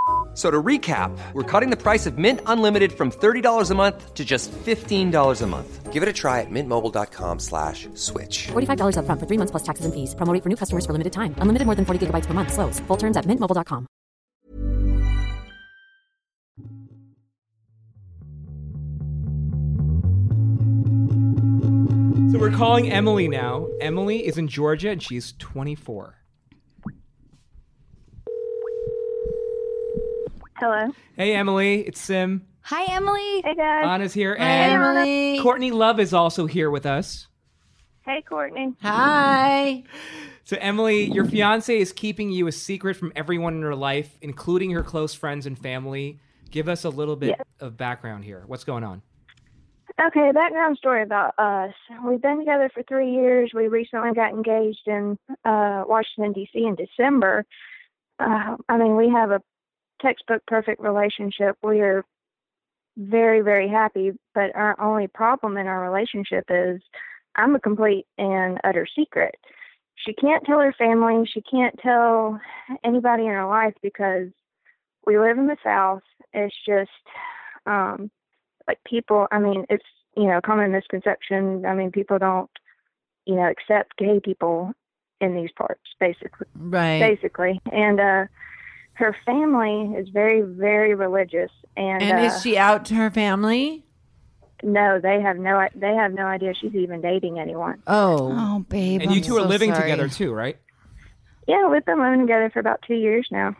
Speaker 7: So to recap, we're cutting the price of Mint Unlimited from $30 a month to just $15 a month. Give it a try at mintmobile.com slash switch.
Speaker 4: $45 upfront for three months plus taxes and fees. Promo rate for new customers for limited time. Unlimited more than 40 gigabytes per month. Slows. Full terms at mintmobile.com.
Speaker 3: So we're calling Emily now. Emily is in Georgia and she's 24.
Speaker 8: Hello.
Speaker 3: Hey, Emily, it's Sim.
Speaker 1: Hi, Emily.
Speaker 8: Hey guys.
Speaker 3: Anna's here. and
Speaker 2: Emily.
Speaker 3: Courtney Love is also here with us.
Speaker 8: hey Courtney.
Speaker 2: Hi.
Speaker 3: So, Emily, your fiance is keeping you a secret from everyone in her life, including her close friends and family. Give us a little bit of background here. What's going on?
Speaker 8: Okay, background story about us. We've been together for three years. We recently got engaged in uh, Washington D.C. in December. Uh, I mean, we have a textbook perfect relationship. We are very, very happy. But our only problem in our relationship is I'm a complete and utter secret. She can't tell her family. She can't tell anybody in her life because we live in the South. It's just um, like people. I mean, it's you know common misconception. I mean, people don't you know accept gay people in these parts, basically
Speaker 2: Right.
Speaker 8: basically. And uh, her family is very, very religious. And,
Speaker 2: And
Speaker 8: uh,
Speaker 2: is she out to her family?
Speaker 8: no, they have no, they have no idea she's even dating anyone.
Speaker 2: Oh.
Speaker 1: Oh, babe.
Speaker 3: And you
Speaker 1: I'm
Speaker 3: two are
Speaker 1: so
Speaker 3: living
Speaker 1: sorry.
Speaker 3: together too, right?
Speaker 8: Yeah, we've been living together for about two years now.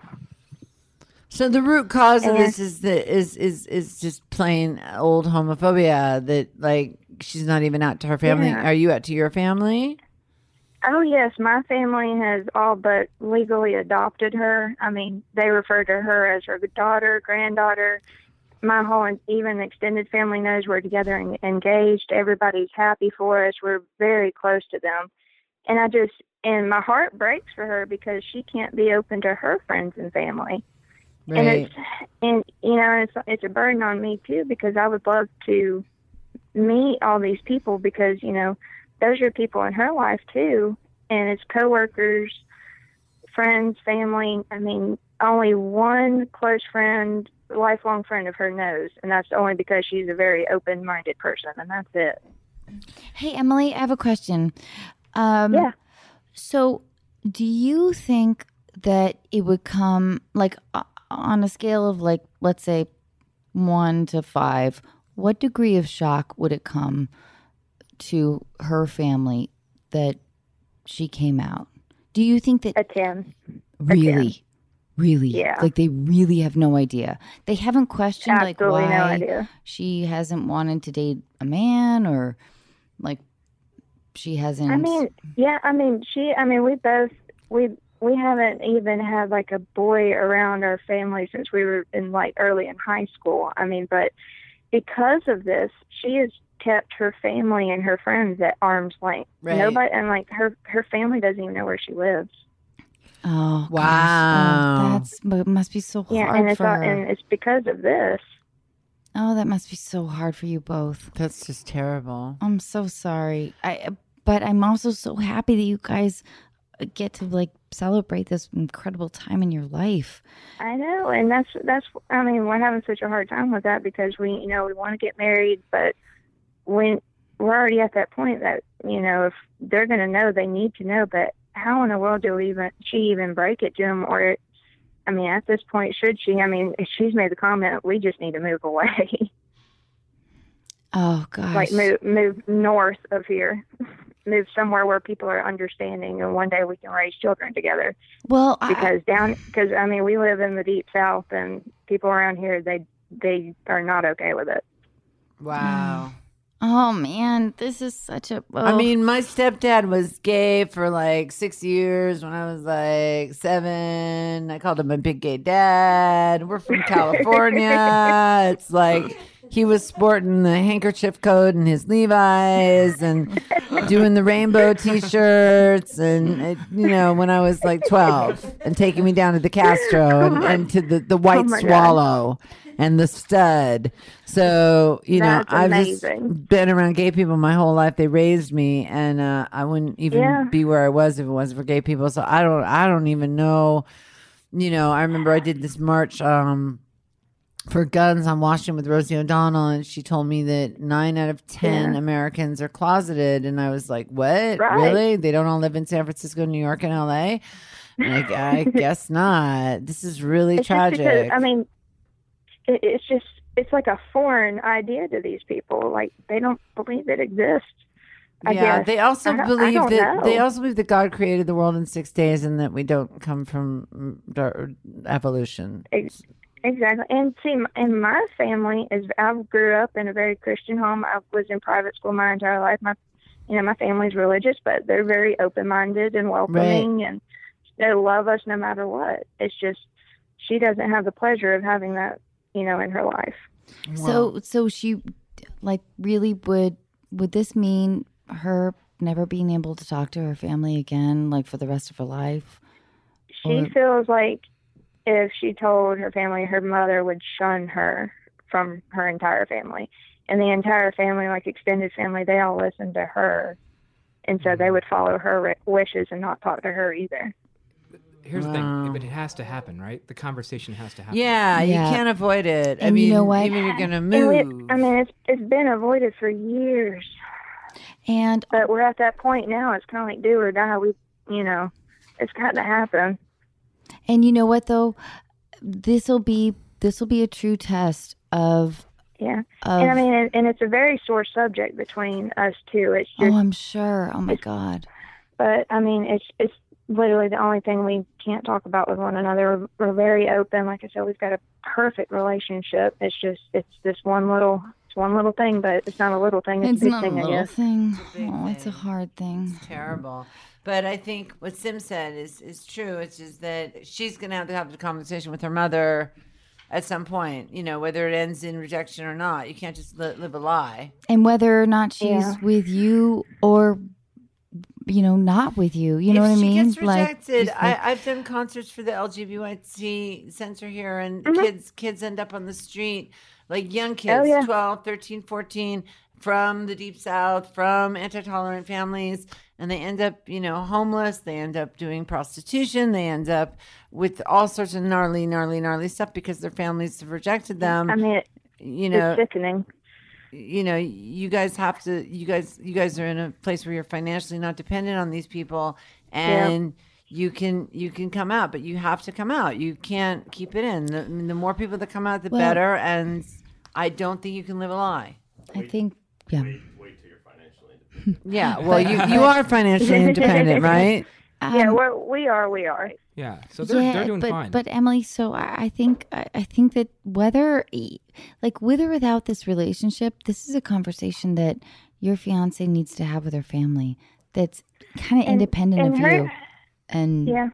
Speaker 2: So the root cause of
Speaker 8: And-
Speaker 2: this is that is is is just plain old homophobia that like she's not even out to her family.
Speaker 8: Yeah.
Speaker 2: Are you out to your family?
Speaker 8: Oh yes, my family has all but legally adopted her. I mean, they refer to her as her daughter, granddaughter. My whole even extended family knows we're together and engaged. Everybody's happy for us. We're very close to them. And I just and my heart breaks for her because she can't be open to her friends and family. And it's and you know, it's it's a burden on me too because I would love to meet all these people because, you know, those are people in her life too and it's coworkers friends family i mean only one close friend lifelong friend of her knows and that's only because she's a very open minded person and that's it
Speaker 1: Hey, Emily, I have a question. Um,
Speaker 8: yeah
Speaker 1: So, do you think that it would come like o- on a scale of like let's say 1 to 5, what degree of shock would it come to her family that she came out? Do you think that
Speaker 8: a 10
Speaker 1: really really
Speaker 8: Yeah.
Speaker 1: like they really have no idea. They haven't questioned
Speaker 8: absolutely
Speaker 1: like why
Speaker 8: no idea
Speaker 1: she hasn't wanted to date a man or like she hasn't
Speaker 8: I mean, yeah, I mean, she, I mean, we both, we, we haven't even had like a boy around our family since we were in like early in high school. I mean, but because of this, she has kept her family and her friends at arm's length.
Speaker 2: Right.
Speaker 8: Nobody, and like her, her family doesn't even know where she lives.
Speaker 1: Oh gosh.
Speaker 2: Wow.
Speaker 1: Oh, that's but it must be so
Speaker 8: Yeah,
Speaker 1: hard
Speaker 8: and it's
Speaker 1: for
Speaker 8: all,
Speaker 1: her.
Speaker 8: and it's because of this.
Speaker 1: oh, that must be so hard for you both.
Speaker 2: That's just terrible.
Speaker 1: I'm so sorry. I but I'm also so happy that you guys get to like celebrate this incredible time in your life.
Speaker 8: I know, and that's that's. I mean, we're having such a hard time with that because we, you know, we want to get married, but when we're already at that point that you know, if they're going to know, they need to know. But how in the world do we even she even break it to him? Or, I mean, at this point, should she? I mean, she's made the comment we just need to move away,
Speaker 1: Oh gosh.
Speaker 8: like move move north of here, move somewhere where people are understanding, and one day we can raise children together
Speaker 1: well, I,
Speaker 8: because down because I mean we live in the deep south and people around here they they are not okay with it.
Speaker 2: Wow.
Speaker 1: oh man, this is such a.
Speaker 2: I
Speaker 1: oh.
Speaker 2: mean, my stepdad was gay for like six years when I was like seven. I called him a big gay dad. We're from California. it's like he was sporting the handkerchief coat and his Levi's and doing the rainbow T-shirts and uh, you know when I was like twelve and taking me down to the Castro and, and to the the White
Speaker 8: Oh my God.
Speaker 2: Swallow and the Stud. So you
Speaker 8: That's
Speaker 2: know I've
Speaker 8: amazing.
Speaker 2: just been around gay people my whole life. They raised me and uh, I wouldn't even
Speaker 8: Yeah.
Speaker 2: be where I was if it wasn't for gay people. So I don't I don't even know. You know I remember I did this march. um for guns on Washington with Rosie O'Donnell, and she told me that nine out of ten
Speaker 8: Yeah.
Speaker 2: Americans are closeted, and I was like, "What?
Speaker 8: Right.
Speaker 2: Really? They don't all live in San Francisco, New York, and L.A." Like, I guess not. This is really
Speaker 8: It's just
Speaker 2: tragic.
Speaker 8: because, I mean, it, it's just it's like a foreign idea to these people. Like they don't believe it exists. I
Speaker 2: yeah,
Speaker 8: guess.
Speaker 2: they also
Speaker 8: I don't- I
Speaker 2: believe
Speaker 8: don't
Speaker 2: that they
Speaker 8: know.
Speaker 2: also believe that God created the world in six days, and that we don't come from mm, dar- evolution.
Speaker 8: Ex- Exactly. And see, m- and my family is, I grew up in a very Christian home. I was in private school my entire life. My, you know, my family's religious, but they're very open minded and welcoming and they love us no matter what. It's just, she doesn't have the pleasure of having that, you know, in her life.
Speaker 1: So so she like really would would this mean her never being able to talk to her family again like for the rest of her life?
Speaker 8: She
Speaker 1: Or-
Speaker 8: feels like if she told her family, her mother would shun her from her entire family. And the entire family, like extended family, they all listened to her. And so they would follow her ri- wishes and not talk to her either.
Speaker 3: Here's the
Speaker 2: Wow.
Speaker 3: thing, but it has to happen, right? The conversation has to happen.
Speaker 2: Yeah, you
Speaker 1: Yeah.
Speaker 2: can't avoid it. I
Speaker 1: And
Speaker 2: mean,
Speaker 1: you know what?
Speaker 2: even if you're gonna
Speaker 8: And it,
Speaker 2: move.
Speaker 8: I mean, it's, it's been avoided for years,
Speaker 1: And
Speaker 8: but we're at that point now. It's kind of like do or die. We, you know, it's got to happen.
Speaker 1: and you know what though? This will be this will be a true test of
Speaker 8: Yeah.
Speaker 1: of
Speaker 8: and I mean, and, and it's a very sore subject between us two. It's just,
Speaker 1: Oh, I'm sure. Oh my god.
Speaker 8: but I mean, it's it's literally the only thing we can't talk about with one another. We're, we're very open. Like I said, we've got a perfect relationship. It's just it's this one little it's one little thing, but it's not a little thing. It's,
Speaker 1: It's
Speaker 8: a big
Speaker 1: not a
Speaker 8: thing, I
Speaker 1: little
Speaker 8: guess.
Speaker 1: thing.
Speaker 2: big
Speaker 1: Oh, it's a
Speaker 2: thing.
Speaker 1: hard thing.
Speaker 2: terrible. But I think what Sim said is is true. It's just that she's going to have to have the conversation with her mother at some point. You know, whether it ends in rejection or not, you can't just li- live a lie.
Speaker 1: And whether or not she's
Speaker 8: Yeah.
Speaker 1: with you or you know, not with you. You know
Speaker 2: if
Speaker 1: what I
Speaker 2: she
Speaker 1: mean?
Speaker 2: gets rejected,
Speaker 1: it's like-
Speaker 2: I, I've done concerts for the LGBT center here, and kids kids end up on the street, like young kids,
Speaker 8: Mm-hmm. Oh, yeah.
Speaker 2: 12, 13, 14, from the deep south, from anti-tolerant families, and they end up, you know, homeless. They end up doing prostitution. They end up with all sorts of gnarly, gnarly, gnarly stuff because their families have rejected them.
Speaker 1: Um,
Speaker 8: I mean, it,
Speaker 2: you
Speaker 8: it's
Speaker 2: know,
Speaker 8: sickening.
Speaker 2: you know you guys have to you guys you guys are in a place where you're financially not dependent on these people and you can you can come out but you have to come out you can't keep it in the, I mean, the more people that come out the
Speaker 1: Well-
Speaker 2: better and i don't think you can live a lie
Speaker 1: I think yeah.
Speaker 2: yeah well you you are financially independent right
Speaker 8: yeah,
Speaker 1: Um,
Speaker 8: we're, we are. We are.
Speaker 3: Yeah. So they're, they're doing
Speaker 1: but,
Speaker 3: fine.
Speaker 1: But Emily, so I, I think I, I think that whether e, like with or without this relationship, this is a conversation that your fiance needs to have with her family. That's kind of
Speaker 8: And-
Speaker 1: independent
Speaker 8: and
Speaker 1: of
Speaker 8: her-
Speaker 1: you, and
Speaker 8: Yeah.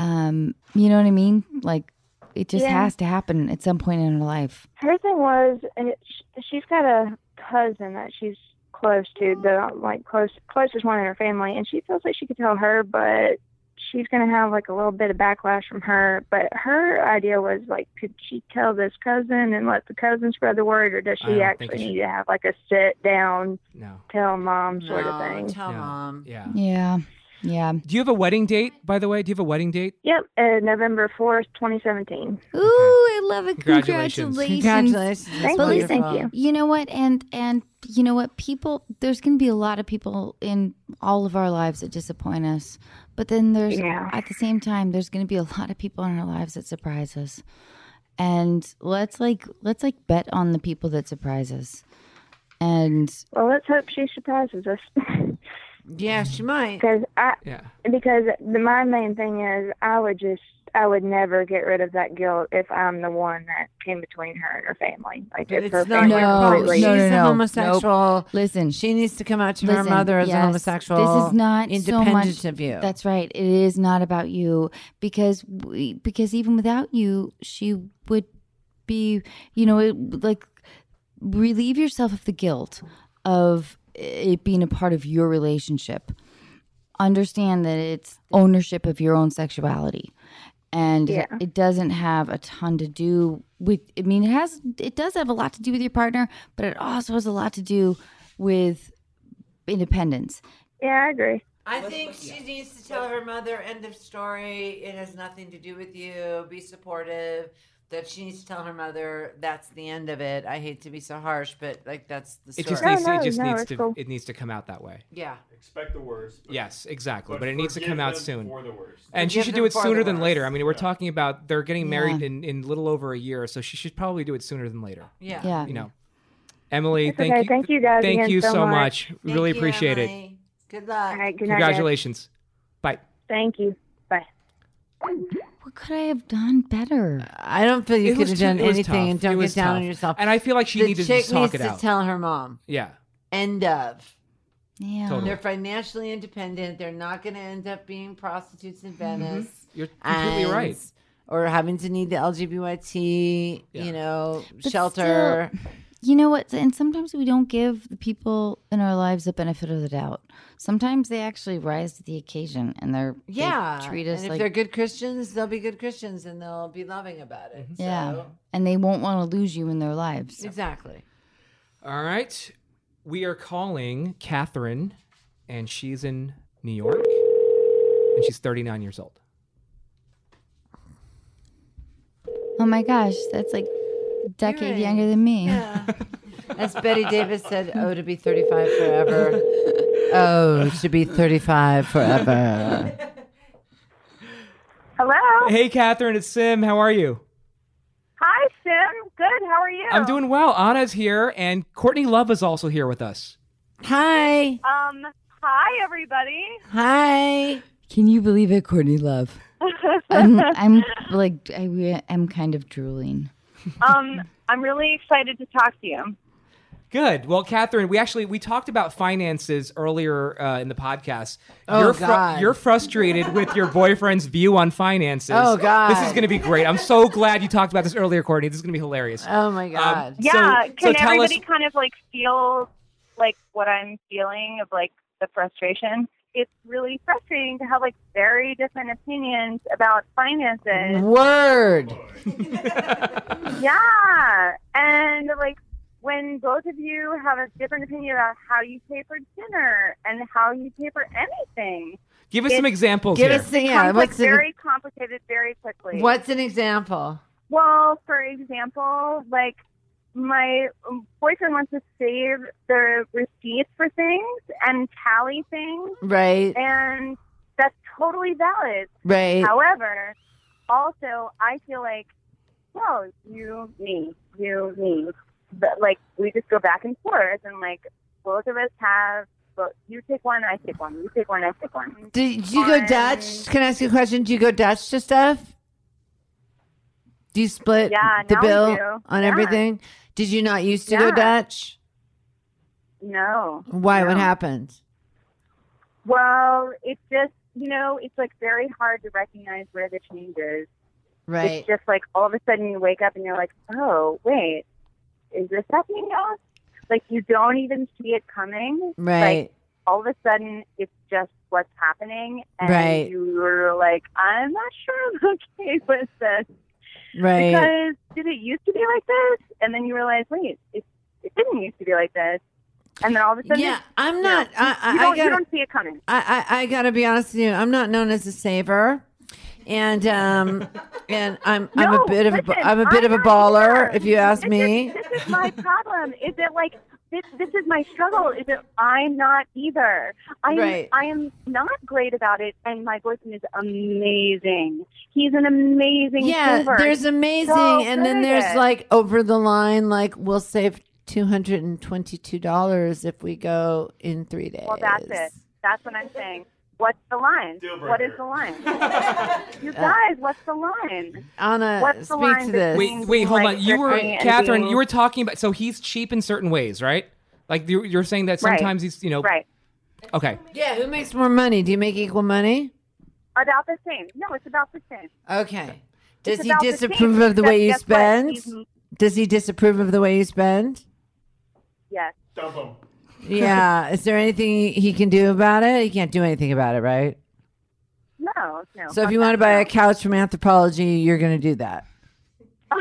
Speaker 1: um, you know what I mean. Like it just
Speaker 8: Yeah.
Speaker 1: has to happen at some point in her life.
Speaker 8: Her thing was, and it, sh- she's got a cousin that she's close to, the like close closest one in her family, and she feels like she could tell her, but she's gonna have like a little bit of backlash from her. But her idea was like, could she tell this cousin and let the cousin spread the word, or does
Speaker 3: I
Speaker 8: she
Speaker 3: don't think
Speaker 8: actually
Speaker 3: she-
Speaker 8: need to have like a sit down,
Speaker 3: no.
Speaker 8: tell mom sort
Speaker 2: No,
Speaker 8: of thing?
Speaker 2: tell
Speaker 3: Yeah.
Speaker 2: mom
Speaker 3: Yeah.
Speaker 1: Yeah, yeah.
Speaker 3: Do you have a wedding date, by the way? Do you have a wedding date?
Speaker 8: Yep, uh, November fourth, twenty seventeen.
Speaker 1: Ooh, I love it.
Speaker 3: Congratulations.
Speaker 2: congratulations
Speaker 8: Thank
Speaker 2: That's
Speaker 8: you, thank you.
Speaker 2: wonderful.
Speaker 1: You know what? And and you know what? People, there's going to be a lot of people in all of our lives that disappoint us. But then there's
Speaker 8: Yeah.
Speaker 1: at the same time, there's going to be a lot of people in our lives that surprise us. And let's like let's like bet on the people that surprise us. And
Speaker 8: Well, let's hope she surprises us.
Speaker 2: yeah she might
Speaker 8: Because I,
Speaker 3: Yeah.
Speaker 8: because the, my main thing is I would just I would never get rid of that guilt if I'm the one that came between her and her family. Like
Speaker 2: But
Speaker 8: if
Speaker 2: it's
Speaker 8: her
Speaker 2: not
Speaker 8: family
Speaker 2: your
Speaker 1: No,
Speaker 2: fault.
Speaker 1: no,
Speaker 2: She's
Speaker 1: no,
Speaker 2: a
Speaker 1: no.
Speaker 2: homosexual.
Speaker 1: listen,
Speaker 2: She needs to come out to her
Speaker 1: Listen,
Speaker 2: mother as a
Speaker 1: yes,
Speaker 2: homosexual.
Speaker 1: This is not
Speaker 2: independent
Speaker 1: so much,
Speaker 2: of you.
Speaker 1: That's right. It is not about you because we, because even without you, she would be. You know, it, like relieve yourself of the guilt of it being a part of your relationship. Understand that it's ownership of your own sexuality. And
Speaker 8: Yeah.
Speaker 1: it doesn't have a ton to do with I mean it has it does have a lot to do with your partner, but it also has a lot to do with independence.
Speaker 8: Yeah, I agree.
Speaker 2: I think she needs to tell her mother, end of story. It has nothing to do with you. Be supportive. That she needs to tell her mother, that's the end of it. I hate to be so harsh, but like that's the story.
Speaker 3: It just
Speaker 8: No,
Speaker 3: needs to,
Speaker 8: no,
Speaker 3: it just
Speaker 8: no,
Speaker 3: needs
Speaker 8: it's
Speaker 3: to
Speaker 8: cool.
Speaker 3: it needs to come out that way.
Speaker 2: yeah.
Speaker 6: Expect the worst. But,
Speaker 3: Yes, exactly. But, it needs to
Speaker 6: forgive
Speaker 3: come out
Speaker 6: them
Speaker 3: soon.
Speaker 6: For the worst.
Speaker 3: And she
Speaker 2: Forgive
Speaker 3: should
Speaker 2: them
Speaker 3: do it
Speaker 2: for
Speaker 3: sooner
Speaker 2: the
Speaker 3: than
Speaker 2: worst.
Speaker 3: later. I mean, we're talking about they're getting married
Speaker 1: Yeah.
Speaker 3: in, in little over a year, so she should probably do it sooner than later.
Speaker 2: Yeah.
Speaker 1: Yeah.
Speaker 3: You know, Emily,
Speaker 8: It's
Speaker 3: thank
Speaker 8: okay.
Speaker 3: you,
Speaker 8: Thank you guys
Speaker 3: thank
Speaker 8: again
Speaker 3: you
Speaker 8: so
Speaker 3: so much.
Speaker 8: much.
Speaker 3: really appreciate it.
Speaker 2: it. Good luck.
Speaker 8: All right, good night. guys.
Speaker 3: Congratulations. Bye.
Speaker 8: Thank you. Bye.
Speaker 1: What could I have done better?
Speaker 3: Uh,
Speaker 2: I don't feel you
Speaker 3: It
Speaker 2: could
Speaker 3: was
Speaker 2: have
Speaker 3: t-
Speaker 2: done
Speaker 3: it was
Speaker 2: anything
Speaker 3: tough.
Speaker 2: and
Speaker 3: It
Speaker 2: don't
Speaker 3: was
Speaker 2: get down on
Speaker 3: tough.
Speaker 2: yourself.
Speaker 3: And I feel like she
Speaker 2: the
Speaker 3: needed to
Speaker 2: chick
Speaker 3: just talk
Speaker 2: needs
Speaker 3: it
Speaker 2: to
Speaker 3: out.
Speaker 2: tell her mom.
Speaker 3: Yeah.
Speaker 2: End of.
Speaker 1: Yeah.
Speaker 3: Totally.
Speaker 2: They're financially independent. They're not going to end up being prostitutes in
Speaker 3: Mm-hmm.
Speaker 2: Venice.
Speaker 3: You're completely
Speaker 2: and-
Speaker 3: right.
Speaker 2: Or having to need the LGBT,
Speaker 3: Yeah.
Speaker 2: you know,
Speaker 1: But
Speaker 2: shelter.
Speaker 1: You know what? And sometimes we don't give the people in our lives the benefit of the doubt. Sometimes they actually rise to the occasion and they're they
Speaker 2: yeah.
Speaker 1: treat us
Speaker 2: and if
Speaker 1: like
Speaker 2: they're good Christians, they'll be good Christians and they'll be loving about it.
Speaker 1: yeah,
Speaker 2: So,
Speaker 1: and they won't want to lose you in their lives.
Speaker 2: Exactly.
Speaker 3: All right. We are calling Catherine, and she's in New York, and she's 39 years old.
Speaker 1: Oh my gosh, that's like a decade
Speaker 2: right.
Speaker 1: younger than me.
Speaker 2: As Betty Davis said, oh, to be 35 forever. oh, to be 35 forever.
Speaker 8: Hello.
Speaker 3: Hey, Catherine, it's Sim. How are you?
Speaker 8: Hi, Sim. Good. How are you?
Speaker 3: I'm doing well. Anna's here, and Courtney Love is also here with us.
Speaker 2: Hi.
Speaker 9: Um, hi everybody.
Speaker 2: Hi.
Speaker 1: Can you believe it, Courtney Love? I'm, I'm like I re- am kind of drooling.
Speaker 9: Um, I'm really excited to talk to you.
Speaker 3: Good. Well, Catherine, we actually we talked about finances earlier uh, in the podcast.
Speaker 2: Oh,
Speaker 3: you're fru-
Speaker 2: God.
Speaker 3: you're frustrated with your boyfriend's view on finances.
Speaker 2: Oh, God.
Speaker 3: This is going to be great. I'm so glad you talked about this earlier, Courtney. This is going to be hilarious.
Speaker 2: Oh, my God.
Speaker 3: Um,
Speaker 9: Yeah.
Speaker 3: So- so
Speaker 9: Can
Speaker 3: tell
Speaker 9: everybody
Speaker 3: us-
Speaker 9: kind of like feel like what I'm feeling of like the frustration? It's really frustrating to have like very different opinions about finances.
Speaker 2: Word.
Speaker 3: Mm-hmm.
Speaker 9: Yeah. And like when both of you have a different opinion about how you pay for dinner and how you pay for anything,
Speaker 3: Give us some examples
Speaker 2: Give
Speaker 3: here.
Speaker 2: us the, yeah.
Speaker 9: comes, like,
Speaker 2: What's, an,
Speaker 9: very complicated very quickly.
Speaker 2: what's an example?
Speaker 9: Well, for example, like my boyfriend wants to save the receipts for things and tally things,
Speaker 2: Right.
Speaker 9: and that's totally valid.
Speaker 2: Right.
Speaker 9: However, also, I feel like, well, you, me, you, me. But, like, we just go back and forth, and like, both of us have, but you take one, I take one, you take one, I take one.
Speaker 2: Do, do you go
Speaker 9: on-
Speaker 2: Dutch? Can I ask you a question? Do you go Dutch to stuff? Do you split
Speaker 9: Yeah,
Speaker 2: the
Speaker 9: now we
Speaker 2: bill
Speaker 9: do.
Speaker 2: on
Speaker 9: Yeah.
Speaker 2: everything? Did you not used to go
Speaker 9: Yeah.
Speaker 2: Dutch?
Speaker 9: No.
Speaker 2: Why? What
Speaker 9: No.
Speaker 2: happened?
Speaker 9: Well, it's just, you know, it's like very hard to recognize where the change is.
Speaker 2: Right.
Speaker 9: It's just like all of a sudden you wake up and you're like, oh, wait, is this happening now? Like you don't even see it coming.
Speaker 2: right.
Speaker 9: Like all of a sudden it's just what's happening. And
Speaker 2: Right.
Speaker 9: you're like, I'm not sure I'm okay with this.
Speaker 2: right.
Speaker 9: Because did it used to be like this? And then you realize, wait, it, it didn't used to be like this. And then all of a sudden,
Speaker 2: Yeah,
Speaker 9: it's-
Speaker 2: I'm not. I, I,
Speaker 9: you, don't,
Speaker 2: I gotta,
Speaker 9: you don't see it coming.
Speaker 2: I, I, I gotta be honest with you. I'm not known as a saver, and um, and I'm I'm
Speaker 9: No,
Speaker 2: a bit of a,
Speaker 9: listen,
Speaker 2: I'm a bit of
Speaker 9: I'm
Speaker 2: a
Speaker 9: not
Speaker 2: baller,
Speaker 9: either.
Speaker 2: if you ask
Speaker 9: This is-
Speaker 2: me.
Speaker 9: this is my problem. Is it like this? This is my struggle. Is it I'm not either. I am,
Speaker 2: Right.
Speaker 9: I am not great about it, and my boyfriend is amazing. He's an amazing.
Speaker 2: yeah,
Speaker 9: saver.
Speaker 2: there's amazing,
Speaker 9: So
Speaker 2: and then
Speaker 9: good
Speaker 2: there's
Speaker 9: at it.
Speaker 2: like over the line, like we'll save two hundred and twenty-two dollars if we go in three days.
Speaker 9: Well, that's it. That's what I'm saying. What's the line?
Speaker 6: Deal breaker.
Speaker 9: What is the line? you
Speaker 2: Uh,
Speaker 9: guys, what's the line?
Speaker 2: Anna,
Speaker 9: What's the
Speaker 2: speak
Speaker 9: line
Speaker 2: to this.
Speaker 9: between-
Speaker 3: Wait, wait, hold
Speaker 9: like
Speaker 3: on. You were
Speaker 9: drifting and
Speaker 3: Catherine.
Speaker 9: being-
Speaker 3: You were talking about so he's cheap in certain ways, right? Like you- you're saying that
Speaker 9: Right.
Speaker 3: sometimes he's, you know,
Speaker 9: Right.
Speaker 3: okay.
Speaker 2: yeah, who makes more money? Do you make equal money?
Speaker 9: About the same. No, it's about the same.
Speaker 2: Okay.
Speaker 9: It's
Speaker 2: Does he
Speaker 9: about the same,
Speaker 2: disapprove of the way you
Speaker 9: except guess what?
Speaker 2: spend?
Speaker 9: He's-
Speaker 2: Does he disapprove of the way you spend?
Speaker 9: Yes.
Speaker 6: Dump him.
Speaker 2: yeah. Is there anything he can do about it? He can't do anything about it, right?
Speaker 9: No, no.
Speaker 2: So if you want to buy a couch from Anthropology, you're going to do that.
Speaker 9: if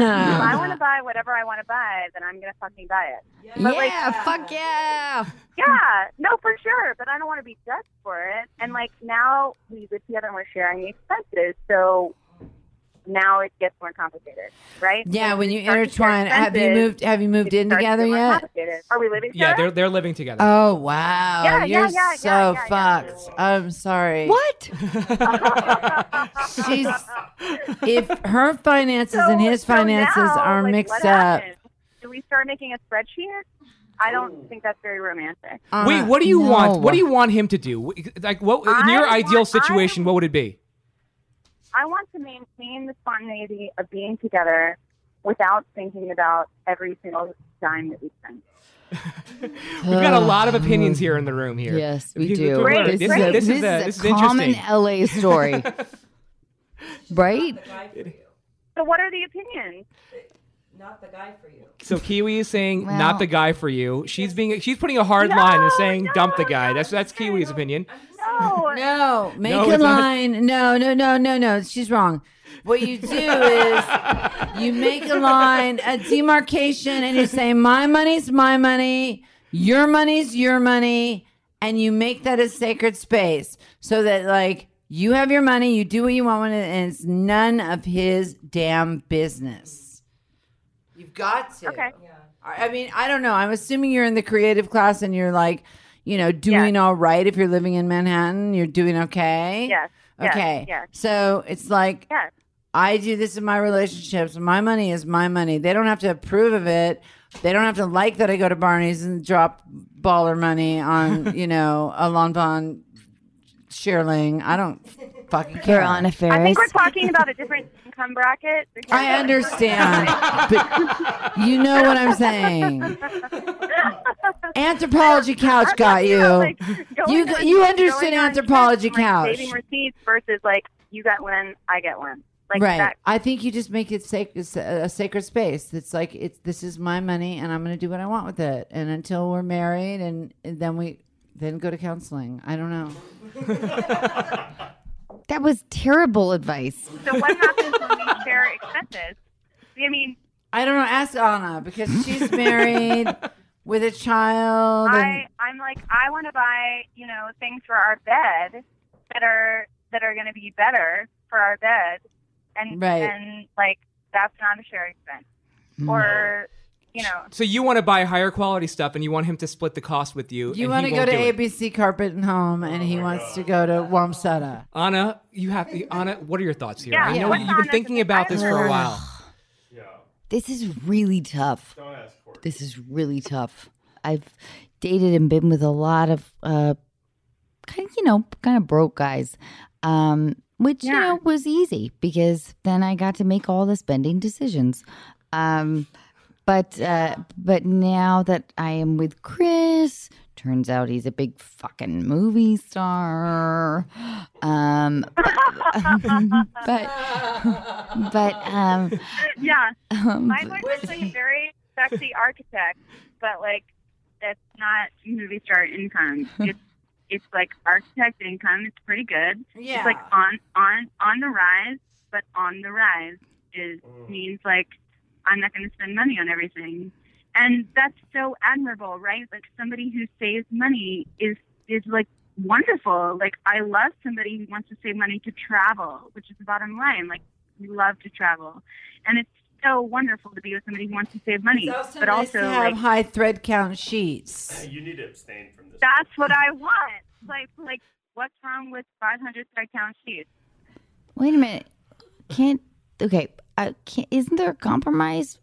Speaker 9: I want to buy whatever I want to buy, then I'm going to fucking buy it. But, like, uh,
Speaker 1: yeah, fuck yeah.
Speaker 9: Yeah, no, for sure. But I don't want to be judged for it. And like now we live together and we're sharing the expenses, so now it gets more complicated, right?
Speaker 2: Yeah, when you
Speaker 9: Start to share
Speaker 2: intertwine, have you
Speaker 9: expenses,
Speaker 2: moved? Have you moved
Speaker 9: it
Speaker 2: in
Speaker 9: starts to
Speaker 2: together
Speaker 9: get more
Speaker 2: yet?
Speaker 9: complicated. Are we living
Speaker 3: Yeah,
Speaker 9: together?
Speaker 3: they're they're living together.
Speaker 2: Oh wow,
Speaker 9: Yeah, yeah,
Speaker 2: you're
Speaker 9: yeah, yeah,
Speaker 2: so
Speaker 9: yeah, yeah.
Speaker 2: fucked. I'm sorry.
Speaker 1: What?
Speaker 2: She's if her finances and his
Speaker 9: so
Speaker 2: finances
Speaker 9: now,
Speaker 2: are
Speaker 9: like,
Speaker 2: mixed
Speaker 9: what
Speaker 2: up.
Speaker 9: happens? Do we start making a spreadsheet? I don't think that's very romantic.
Speaker 3: Wait,
Speaker 2: uh,
Speaker 3: what do you want?
Speaker 2: no.
Speaker 3: What do you want him to do? Wh- Like, what in your
Speaker 9: I
Speaker 3: ideal
Speaker 9: want- I-
Speaker 3: situation? what would it be?
Speaker 9: I want to maintain the spontaneity of being together without thinking about every single dime that we spend.
Speaker 3: We've got a lot of opinions here in the room. Here,
Speaker 1: Yes, we
Speaker 3: People-
Speaker 1: do.
Speaker 9: Great,
Speaker 1: This,
Speaker 9: great.
Speaker 1: Is a,
Speaker 3: This is
Speaker 1: this
Speaker 3: a-
Speaker 1: is a
Speaker 3: this is
Speaker 1: common
Speaker 3: interesting.
Speaker 1: LA story. right?
Speaker 9: So, what are the opinions?
Speaker 3: So Kiwi is saying
Speaker 1: Well-
Speaker 3: not the guy for you. She's being she's putting a hard line and saying dump the guy. That's that's Kiwi's opinion.
Speaker 9: No,
Speaker 2: No, make
Speaker 3: No,
Speaker 2: a
Speaker 3: it's not-
Speaker 2: line. No, no, no, no, no. She's wrong. What you do is you make a line, a demarcation, and you say, My money's my money, your money's your money, and you make that a sacred space so that, like, you have your money, you do what you want with it, and it's none of his damn business. You've got to.
Speaker 9: Okay.
Speaker 2: I I mean, I don't know. I'm assuming you're in the creative class and you're like, you know, doing all right. If you're living in Manhattan, you're doing okay.
Speaker 9: Yes, yes,
Speaker 2: Okay.
Speaker 9: yes.
Speaker 2: So it's like,
Speaker 9: Yes.
Speaker 2: I do this in my relationships. My money is my money. They don't have to approve of it. They don't have to like that I go to Barney's and drop baller money on, you know, a Lon Bon Sheerling. I don't fucking care.
Speaker 1: Carolina
Speaker 9: I think
Speaker 1: Ferris.
Speaker 9: we're talking about a different income bracket.
Speaker 2: I understand, but you know what I'm saying. Anthropology couch got you.
Speaker 9: Like,
Speaker 2: you
Speaker 9: going on-
Speaker 2: you understood
Speaker 9: going on
Speaker 2: anthropology
Speaker 9: trips and, like,
Speaker 2: couch,
Speaker 9: Saving receipts versus like you got one, I get one. Like
Speaker 2: right?
Speaker 9: that.
Speaker 2: I think you just make it sac- it's a a sacred space. That's like it's this is my money, and I'm going to do what I want with it. And until we're married, and, and then we then go to counseling. I don't know.
Speaker 1: that was terrible advice.
Speaker 9: So what happens when we share expenses? I mean,
Speaker 2: I don't know. Ask Anna because she's married with a child. and-
Speaker 9: I I'm like I want to buy you know things for our bed that are that are going to be better for our bed, and
Speaker 2: Right.
Speaker 9: and like that's not a sharing expense, or you know
Speaker 3: So you want to buy higher quality stuff and you want him to split the cost with you.
Speaker 2: You
Speaker 3: want
Speaker 2: want to go to ABC Carpet and Home, and he wants to go to Wamsutta.
Speaker 3: Anna, you have Anna. What are your thoughts here?
Speaker 9: Yeah,
Speaker 3: I know
Speaker 9: what's
Speaker 3: you've been
Speaker 9: Anna's
Speaker 3: thinking about this for a
Speaker 9: opinion?
Speaker 3: while.
Speaker 6: Yeah.
Speaker 1: This is really tough.
Speaker 6: Don't ask for it.
Speaker 1: This is really tough. I've dated and been with a lot of uh kind of, you know, kind of broke guys. Um which you know was easy because then I got to make all the spending decisions. Um but uh but now that I am with Chris, turns out he's a big fucking movie star. Um but but um
Speaker 9: yeah.
Speaker 1: um,
Speaker 9: My boyfriend's like a very sexy architect, but like that's not movie star income. It's it's like architect income. It's pretty good. It's like on on on the rise, but on the rise is means like I'm not going to spend money on everything, and that's so admirable, right? Like somebody who saves money is is like wonderful. Like I love somebody who wants to save money to travel, which is the bottom line. Like we love to travel, and it's so wonderful to be with somebody who wants to save money, but also
Speaker 2: to have
Speaker 9: like
Speaker 2: high thread count sheets.
Speaker 6: You need to abstain from this.
Speaker 9: that's what I want. Like like what's wrong with 500 thread count sheets?
Speaker 1: Wait a minute. Can't okay? I can't. Isn't there a compromise?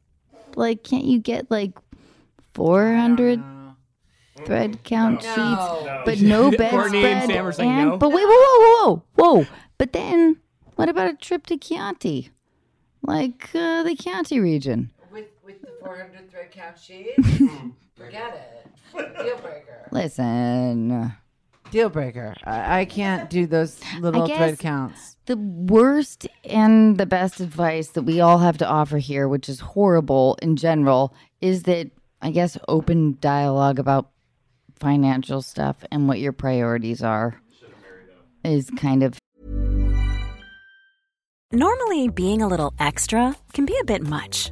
Speaker 1: Like, can't you get like four hundred thread count sheets, but no
Speaker 3: Courtney
Speaker 1: bedspread?
Speaker 3: and Sam are saying
Speaker 1: and
Speaker 3: no.
Speaker 1: but wait, whoa, whoa, whoa, whoa! But then, what about a trip to Chianti, like uh, the Chianti region?
Speaker 2: With with the 400 thread count sheets, forget it. Deal breaker.
Speaker 1: Listen,
Speaker 2: Deal breaker. I, I can't do those little
Speaker 1: guess-
Speaker 2: thread counts.
Speaker 1: The worst and the best advice that we all have to offer here, which is horrible in general, is that I guess open dialogue about financial stuff and what your priorities are is kind of
Speaker 10: Normally, being a little extra can be a bit much,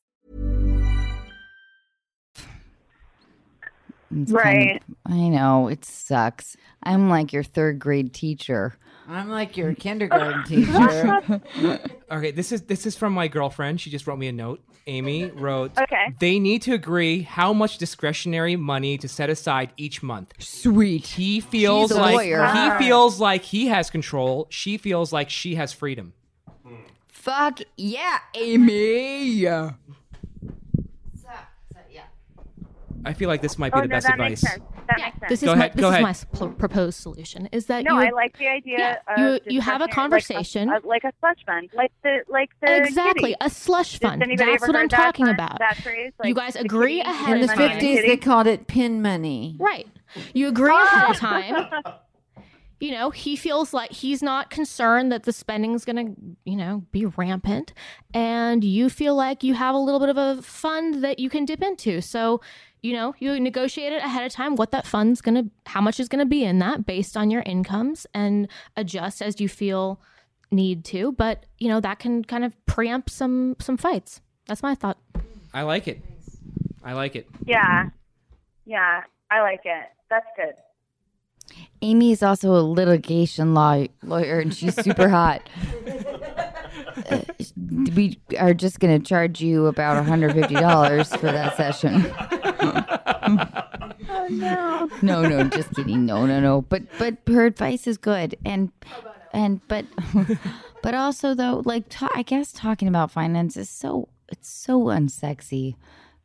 Speaker 1: it's kind
Speaker 9: Right.
Speaker 1: of- I know it sucks. I'm like your third grade teacher.
Speaker 2: I'm like your kindergarten teacher.
Speaker 3: Okay, this is this is from my girlfriend. She just wrote me a note. Amy wrote,
Speaker 9: Okay.
Speaker 3: They need to agree how much discretionary money to set aside each month.
Speaker 1: Sweet.
Speaker 3: He feels
Speaker 1: She's a
Speaker 3: like
Speaker 1: lawyer.
Speaker 3: he
Speaker 1: Wow.
Speaker 3: feels like he has control. She feels like she has freedom.
Speaker 1: Fuck yeah, Amy.
Speaker 3: I feel like this might be
Speaker 9: oh,
Speaker 3: the
Speaker 9: no,
Speaker 3: best
Speaker 9: that
Speaker 3: advice.
Speaker 9: makes sense. That makes sense.
Speaker 11: This
Speaker 3: Go
Speaker 11: is
Speaker 3: ahead,
Speaker 11: my, this
Speaker 3: go
Speaker 11: is
Speaker 3: ahead.
Speaker 11: my s- pl- proposed solution is that
Speaker 9: no,
Speaker 11: you,
Speaker 9: I like the idea
Speaker 11: Yeah,
Speaker 9: of
Speaker 11: you- you have a
Speaker 9: discretionary, like
Speaker 11: conversation.
Speaker 9: a- like a slush fund, like the like the
Speaker 11: exactly
Speaker 9: kitty.
Speaker 11: a slush
Speaker 9: Does
Speaker 11: fund.
Speaker 9: anybody
Speaker 11: That's
Speaker 9: ever
Speaker 11: what I'm
Speaker 9: heard that
Speaker 11: talking
Speaker 9: fun-
Speaker 11: about.
Speaker 9: that phrase?
Speaker 11: you
Speaker 9: Like,
Speaker 11: guys
Speaker 9: the
Speaker 11: agree
Speaker 9: kitty
Speaker 11: ahead
Speaker 2: In the
Speaker 11: of time.
Speaker 2: 50s, they called it pin money.
Speaker 11: Right. You agree ahead
Speaker 9: Ah,
Speaker 11: of time. You know, he feels like he's not concerned that the spending's going to, you know, be rampant. And you feel like you have a little bit of a fund that you can dip into. So, you know, you negotiate it ahead of time what that fund's going to, how much is going to be in that based on your incomes and adjust as you feel need to. But, you know, that can kind of preempt some, some fights. That's my thought.
Speaker 3: I like it. I like it.
Speaker 9: Yeah, yeah, I like it. That's good.
Speaker 1: Amy is also a litigation law lawyer, and she's super hot. Uh, we are just going to charge you about one hundred fifty dollars for that session.
Speaker 9: Oh no.
Speaker 1: No, no, just kidding. No, no, no. But but her advice is good, and and but but also though, like ta- I guess talking about finance is so it's so unsexy,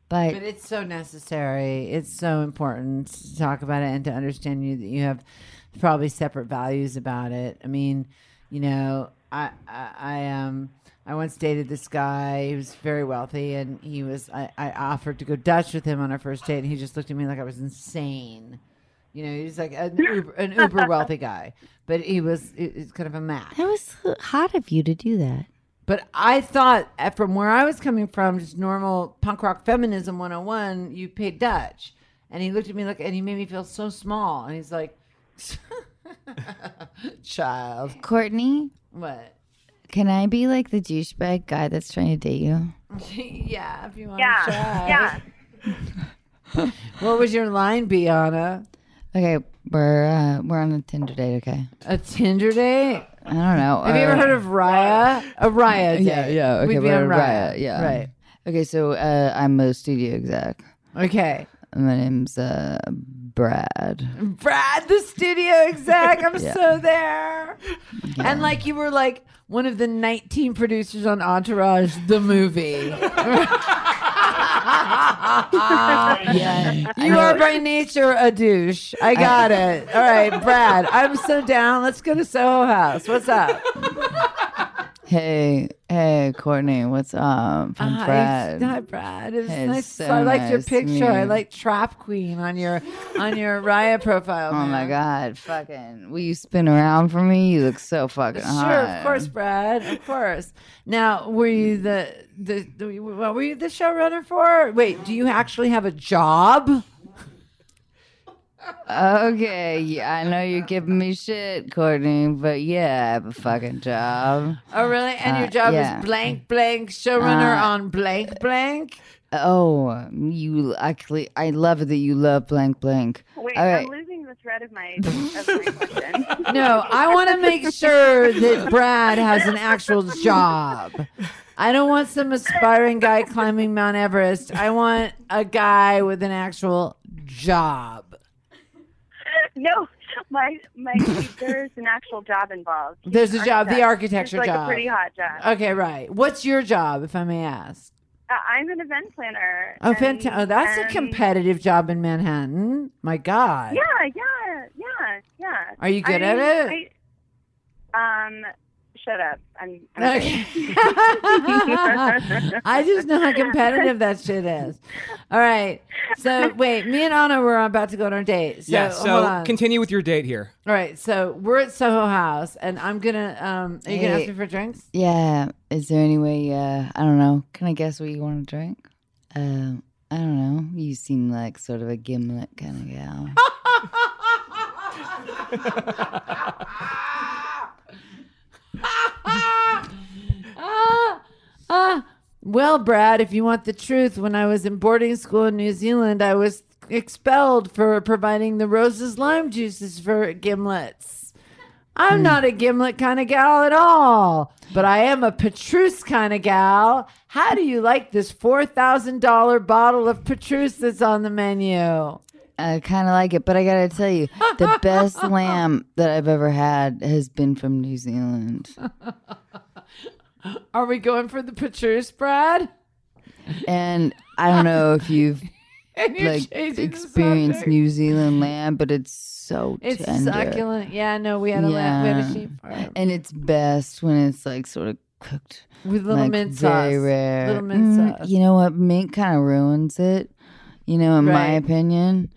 Speaker 1: but
Speaker 2: But it's so necessary. It's so important to talk about it and to understand you that you have probably separate values about it. I mean, you know, I I, I um I once dated this guy. He was very wealthy, and he was. I, I offered to go Dutch with him on our first date, and he just looked at me like I was insane. You know, he was like an uber, an uber wealthy guy, but he was he- he's kind of a mac.
Speaker 1: that was hot of you to do that.
Speaker 2: But I thought uh, from where I was coming from, just normal punk rock feminism 101, you paid Dutch. And he looked at me like, and he made me feel so small. And he's like, child.
Speaker 1: Courtney,
Speaker 2: What?
Speaker 1: can I be like the douchebag guy that's trying to date you?
Speaker 2: yeah, if you want
Speaker 9: Yeah,
Speaker 2: to try.
Speaker 9: yeah.
Speaker 2: What would your line be, Anna?
Speaker 1: Okay, we're uh, we're on a Tinder date. Okay,
Speaker 2: A Tinder date?
Speaker 1: I don't know.
Speaker 2: Have you ever heard of Raya? A Raya date.
Speaker 1: Uh, Yeah, yeah. Okay,
Speaker 2: We'd be
Speaker 1: we're
Speaker 2: on
Speaker 1: on
Speaker 2: Raya.
Speaker 1: Riot, Yeah.
Speaker 2: Right.
Speaker 1: Okay, so uh, I'm a studio exec.
Speaker 2: Okay.
Speaker 1: My name's uh, Brad.
Speaker 2: Brad, the studio exec. I'm
Speaker 1: Yeah.
Speaker 2: so there. And like you were like one of the 19 producers on Entourage, the movie.
Speaker 1: yeah.
Speaker 2: You are by nature a douche. I got it. All right, Brad. I'm so down. Let's go to Soho House. What's up?
Speaker 1: Hey, hey, Courtney, what's up? I'm
Speaker 2: Hi,
Speaker 1: Brad.
Speaker 2: Uh, Hi, Brad. It's
Speaker 1: It's
Speaker 2: nice.
Speaker 1: so
Speaker 2: I like your
Speaker 1: nice to meet
Speaker 2: picture. I
Speaker 1: you.
Speaker 2: like Trap Queen on your on your Raya profile.
Speaker 1: Oh my
Speaker 2: man.
Speaker 1: God, fucking! Will you spin around for me? You look so fucking
Speaker 2: Sure,
Speaker 1: hot.
Speaker 2: of course, Brad. Of course. Now, were you the the, the what were you the showrunner for? Wait, do you actually have a job?
Speaker 1: okay, yeah, I know you're giving me shit, Courtney, but yeah, I have a fucking job.
Speaker 2: Oh, really? And your
Speaker 1: Uh,
Speaker 2: job
Speaker 1: yeah.
Speaker 2: is blank, blank, showrunner
Speaker 1: Uh,
Speaker 2: on blank, blank.
Speaker 1: Oh, you actually, I love that you love blank blank.
Speaker 9: Wait,
Speaker 1: All
Speaker 9: I'm
Speaker 1: right.
Speaker 9: losing the thread of my, of my question.
Speaker 2: No, I want to make sure that Brad has an actual job. I don't want some aspiring guy climbing Mount Everest. I want a guy with an actual job.
Speaker 9: No, my my there's an actual job involved. He's
Speaker 2: There's a
Speaker 9: an
Speaker 2: job, the
Speaker 9: architect.
Speaker 2: architecture
Speaker 9: It's like
Speaker 2: job.
Speaker 9: a pretty hot job.
Speaker 2: Okay, right. What's your job, if I may ask?
Speaker 9: Uh, I'm an event planner.
Speaker 2: Oh,
Speaker 9: and-
Speaker 2: fanta- oh that's a
Speaker 9: and-
Speaker 2: competitive job in Manhattan. My God.
Speaker 9: Yeah, yeah, yeah, yeah.
Speaker 2: Are you good
Speaker 9: I-
Speaker 2: at it?
Speaker 9: I- um, shut up. I'm. I'm
Speaker 2: Okay.
Speaker 9: good.
Speaker 2: I just know how competitive that shit is. All right. So wait, me and Anna were about to go on our date. So,
Speaker 3: yeah.
Speaker 2: hold
Speaker 3: So
Speaker 2: on.
Speaker 3: continue with your date here.
Speaker 2: All right. So we're at Soho House, and I'm gonna. Um, are you gonna ask
Speaker 1: Hey.
Speaker 2: me for drinks?
Speaker 1: Yeah, is there any way, uh, I don't know, can I guess what you want to drink? Um, I don't know, you seem like sort of a gimlet kind of gal.
Speaker 2: Ah, ah. Well, Brad, if you want the truth, when I was in boarding school in New Zealand, I was expelled for providing the roses lime juices for gimlets.
Speaker 1: Hmm.
Speaker 2: I'm not a gimlet kind of gal at all, but I am a Petrus kind of gal. How do you like this $4,000 bottle of Petrus that's on the menu?
Speaker 1: I kind of like it, but I gotta tell you, the best lamb that I've ever had has been from New Zealand.
Speaker 2: Are we going for the Petrus, Brad?
Speaker 1: And I don't know if you've
Speaker 2: And you're
Speaker 1: like
Speaker 2: changing the
Speaker 1: experienced
Speaker 2: subject.
Speaker 1: New Zealand lamb, but it's so
Speaker 2: It's
Speaker 1: tender.
Speaker 2: succulent. Yeah, no, we had a lamb, we had a sheep farm.
Speaker 1: And it's best when it's like sort of cooked
Speaker 2: With little
Speaker 1: like,
Speaker 2: mint
Speaker 1: very
Speaker 2: sauce.
Speaker 1: Rare.
Speaker 2: Little mint
Speaker 1: Mm,
Speaker 2: sauce.
Speaker 1: You know what? Mint kind of ruins it. You know, in my
Speaker 2: Right.
Speaker 1: opinion.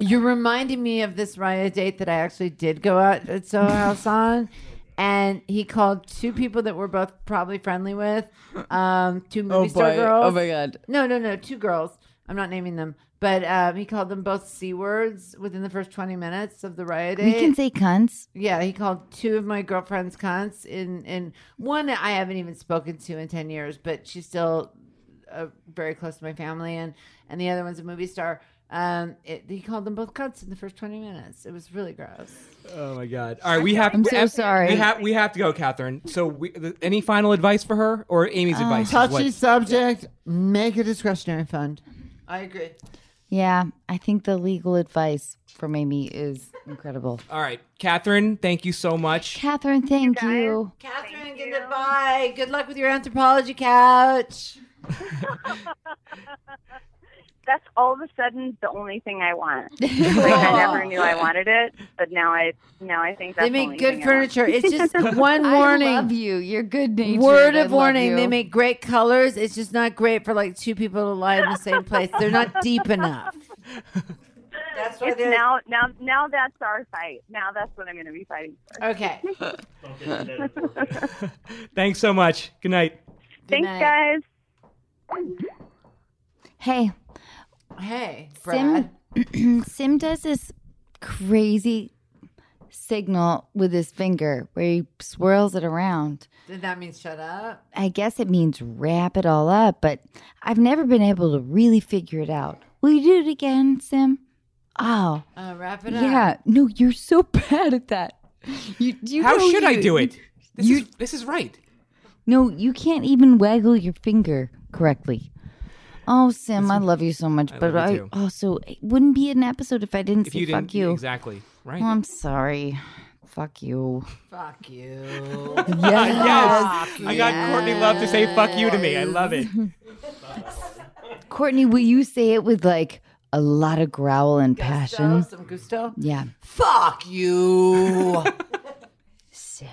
Speaker 2: You're reminding me of this riot date that I actually did go out at Soho House on. And he called two people that we're both probably friendly with, um, two movie star
Speaker 1: boy.
Speaker 2: girls.
Speaker 1: Oh, my God.
Speaker 2: No, no, no, two girls. I'm not naming them, but um, he called them both c words within the first 20 minutes of the riot
Speaker 1: We
Speaker 2: date.
Speaker 1: can say cunts.
Speaker 2: Yeah, he called two of my girlfriends cunts. In in one, I haven't even spoken to in ten years, but she's still uh, very close to my family, and and the other one's a movie star. Um, it, he called them both cunts in the first twenty minutes. It was really gross.
Speaker 3: Oh my God! All right, we have.
Speaker 1: I'm
Speaker 3: we
Speaker 1: so
Speaker 3: have-
Speaker 1: sorry.
Speaker 3: We have we have to go, Catherine. So, we, th- any final advice for her or Amy's
Speaker 1: Uh,
Speaker 3: advice? is
Speaker 2: touchy
Speaker 3: what-
Speaker 2: subject. Make a discretionary fund. I agree.
Speaker 1: Yeah, I think the legal advice from Amy is incredible.
Speaker 3: All right, Catherine. Thank you so much.
Speaker 1: Catherine, thank you.
Speaker 2: Catherine, goodbye. Good luck with your anthropology couch.
Speaker 9: That's all of a sudden the only thing I want. Like, I never knew I wanted it, but now I now I think that's
Speaker 2: They
Speaker 9: the only
Speaker 2: make good
Speaker 9: thing I
Speaker 2: furniture.
Speaker 9: want.
Speaker 2: It's just one warning.
Speaker 1: I love you. You're good natured.
Speaker 2: Word
Speaker 1: I
Speaker 2: of
Speaker 1: love
Speaker 2: warning:
Speaker 1: you.
Speaker 2: They make great colors. It's just not great for like two people to lie in the same place. They're not deep enough. That's
Speaker 9: It's now now now that's our fight. Now that's what I'm going to be fighting for.
Speaker 2: Okay.
Speaker 3: Thanks so much. Good night.
Speaker 9: Thanks,
Speaker 2: night.
Speaker 9: guys.
Speaker 1: Hey,
Speaker 2: Hey, Brad.
Speaker 1: Sim. Sim does this crazy signal with his finger where he swirls it around.
Speaker 2: Did that mean shut up?
Speaker 1: I guess it means wrap it all up, but I've never been able to really figure it out. Will you do it again, Sim? Oh,
Speaker 2: Uh, wrap it up.
Speaker 1: yeah. No, you're so bad at that. You, you
Speaker 3: How
Speaker 1: know
Speaker 3: should I
Speaker 1: you-
Speaker 3: do it? This is this is right.
Speaker 1: No, you can't even waggle your finger correctly. Oh, Sim, I love you so much,
Speaker 3: I
Speaker 1: but
Speaker 3: love
Speaker 1: I
Speaker 3: you too.
Speaker 1: also it wouldn't be an episode if I didn't
Speaker 3: If
Speaker 1: say
Speaker 3: you
Speaker 1: fuck
Speaker 3: didn't
Speaker 1: you.
Speaker 3: exactly right.
Speaker 1: Oh, I'm sorry. Fuck you.
Speaker 2: Fuck you.
Speaker 3: yes, I got Courtney Love to say fuck you to me. I love it.
Speaker 1: Courtney, will you say it with like a lot of growl and
Speaker 2: Gusto,
Speaker 1: passion?
Speaker 2: some gusto.
Speaker 1: Yeah.
Speaker 2: Fuck you.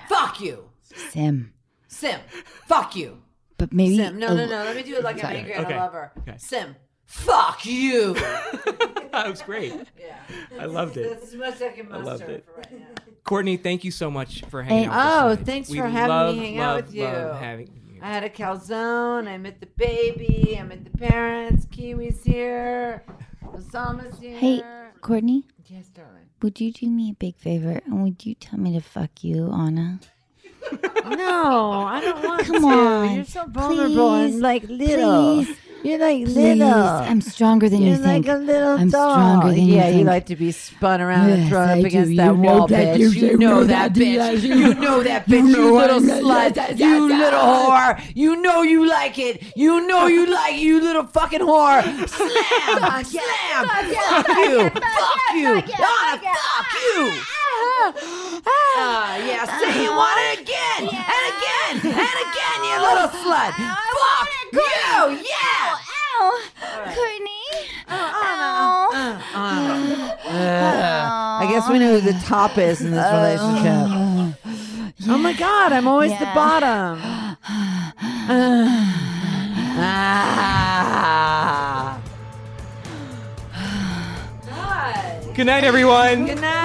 Speaker 2: Fuck you,
Speaker 1: Sim.
Speaker 2: Sim. Fuck you,
Speaker 1: But maybe
Speaker 2: Sim. No,
Speaker 1: a-
Speaker 2: no, no. Let me do it like I'm
Speaker 1: Sorry.
Speaker 2: angry and
Speaker 3: Okay.
Speaker 2: I love her.
Speaker 3: Okay.
Speaker 2: Sim. Fuck you.
Speaker 3: that was great. Yeah, I loved it.
Speaker 2: That's as much as I can
Speaker 3: loved
Speaker 2: muster
Speaker 3: it.
Speaker 2: for right now.
Speaker 3: Courtney, thank you so much for hanging
Speaker 1: Hey,
Speaker 3: out. with us
Speaker 2: oh,
Speaker 3: tonight.
Speaker 2: thanks
Speaker 3: We
Speaker 2: for having me
Speaker 3: love,
Speaker 2: hang out
Speaker 3: love,
Speaker 2: with you.
Speaker 3: Love having you here.
Speaker 2: I had a calzone. I met the baby. I met the parents. Kiwi's here. Osama's here.
Speaker 1: Hey, Courtney.
Speaker 2: Yes, darling.
Speaker 1: Would you do me a big favor and would you tell me to fuck you, Anna?
Speaker 2: No, I don't want
Speaker 1: Come
Speaker 2: to.
Speaker 1: on,
Speaker 2: You're so vulnerable
Speaker 1: please,
Speaker 2: and like little.
Speaker 1: please,
Speaker 2: You're like
Speaker 1: Please,
Speaker 2: little.
Speaker 1: I'm stronger than
Speaker 2: You're
Speaker 1: you
Speaker 2: like
Speaker 1: think.
Speaker 2: a little
Speaker 1: I'm
Speaker 2: doll.
Speaker 1: stronger than you
Speaker 2: yeah,
Speaker 1: think.
Speaker 2: you like to be spun around and
Speaker 1: Yes,
Speaker 2: thrown
Speaker 1: I
Speaker 2: up
Speaker 1: do.
Speaker 2: against
Speaker 1: You
Speaker 2: that
Speaker 1: know
Speaker 2: wall,
Speaker 1: that
Speaker 2: bitch.
Speaker 1: you
Speaker 2: You
Speaker 1: do.
Speaker 2: know
Speaker 1: You
Speaker 2: that
Speaker 1: do that.
Speaker 2: bitch.
Speaker 1: You
Speaker 2: You
Speaker 1: know-
Speaker 2: know that
Speaker 1: you
Speaker 2: bitch.
Speaker 1: know
Speaker 2: You
Speaker 1: I
Speaker 2: little
Speaker 1: know
Speaker 2: slut.
Speaker 1: that.
Speaker 2: You
Speaker 1: Yes,
Speaker 2: little
Speaker 1: yes.
Speaker 2: whore. You know you like it. You know you like it. You little fucking whore. Slam, slam. Fuck you. Fuck you. Donna, Fuck you. Ah, yeah. Say you want it again and again and again. You little
Speaker 1: Ah,
Speaker 2: slut. Fuck you. Yeah.
Speaker 1: Courtney.
Speaker 2: Oh, Ugh. I guess we know who the top is in this relationship. Oh my God, I'm always the bottom. Ah.
Speaker 3: Good night, everyone.
Speaker 2: Good night.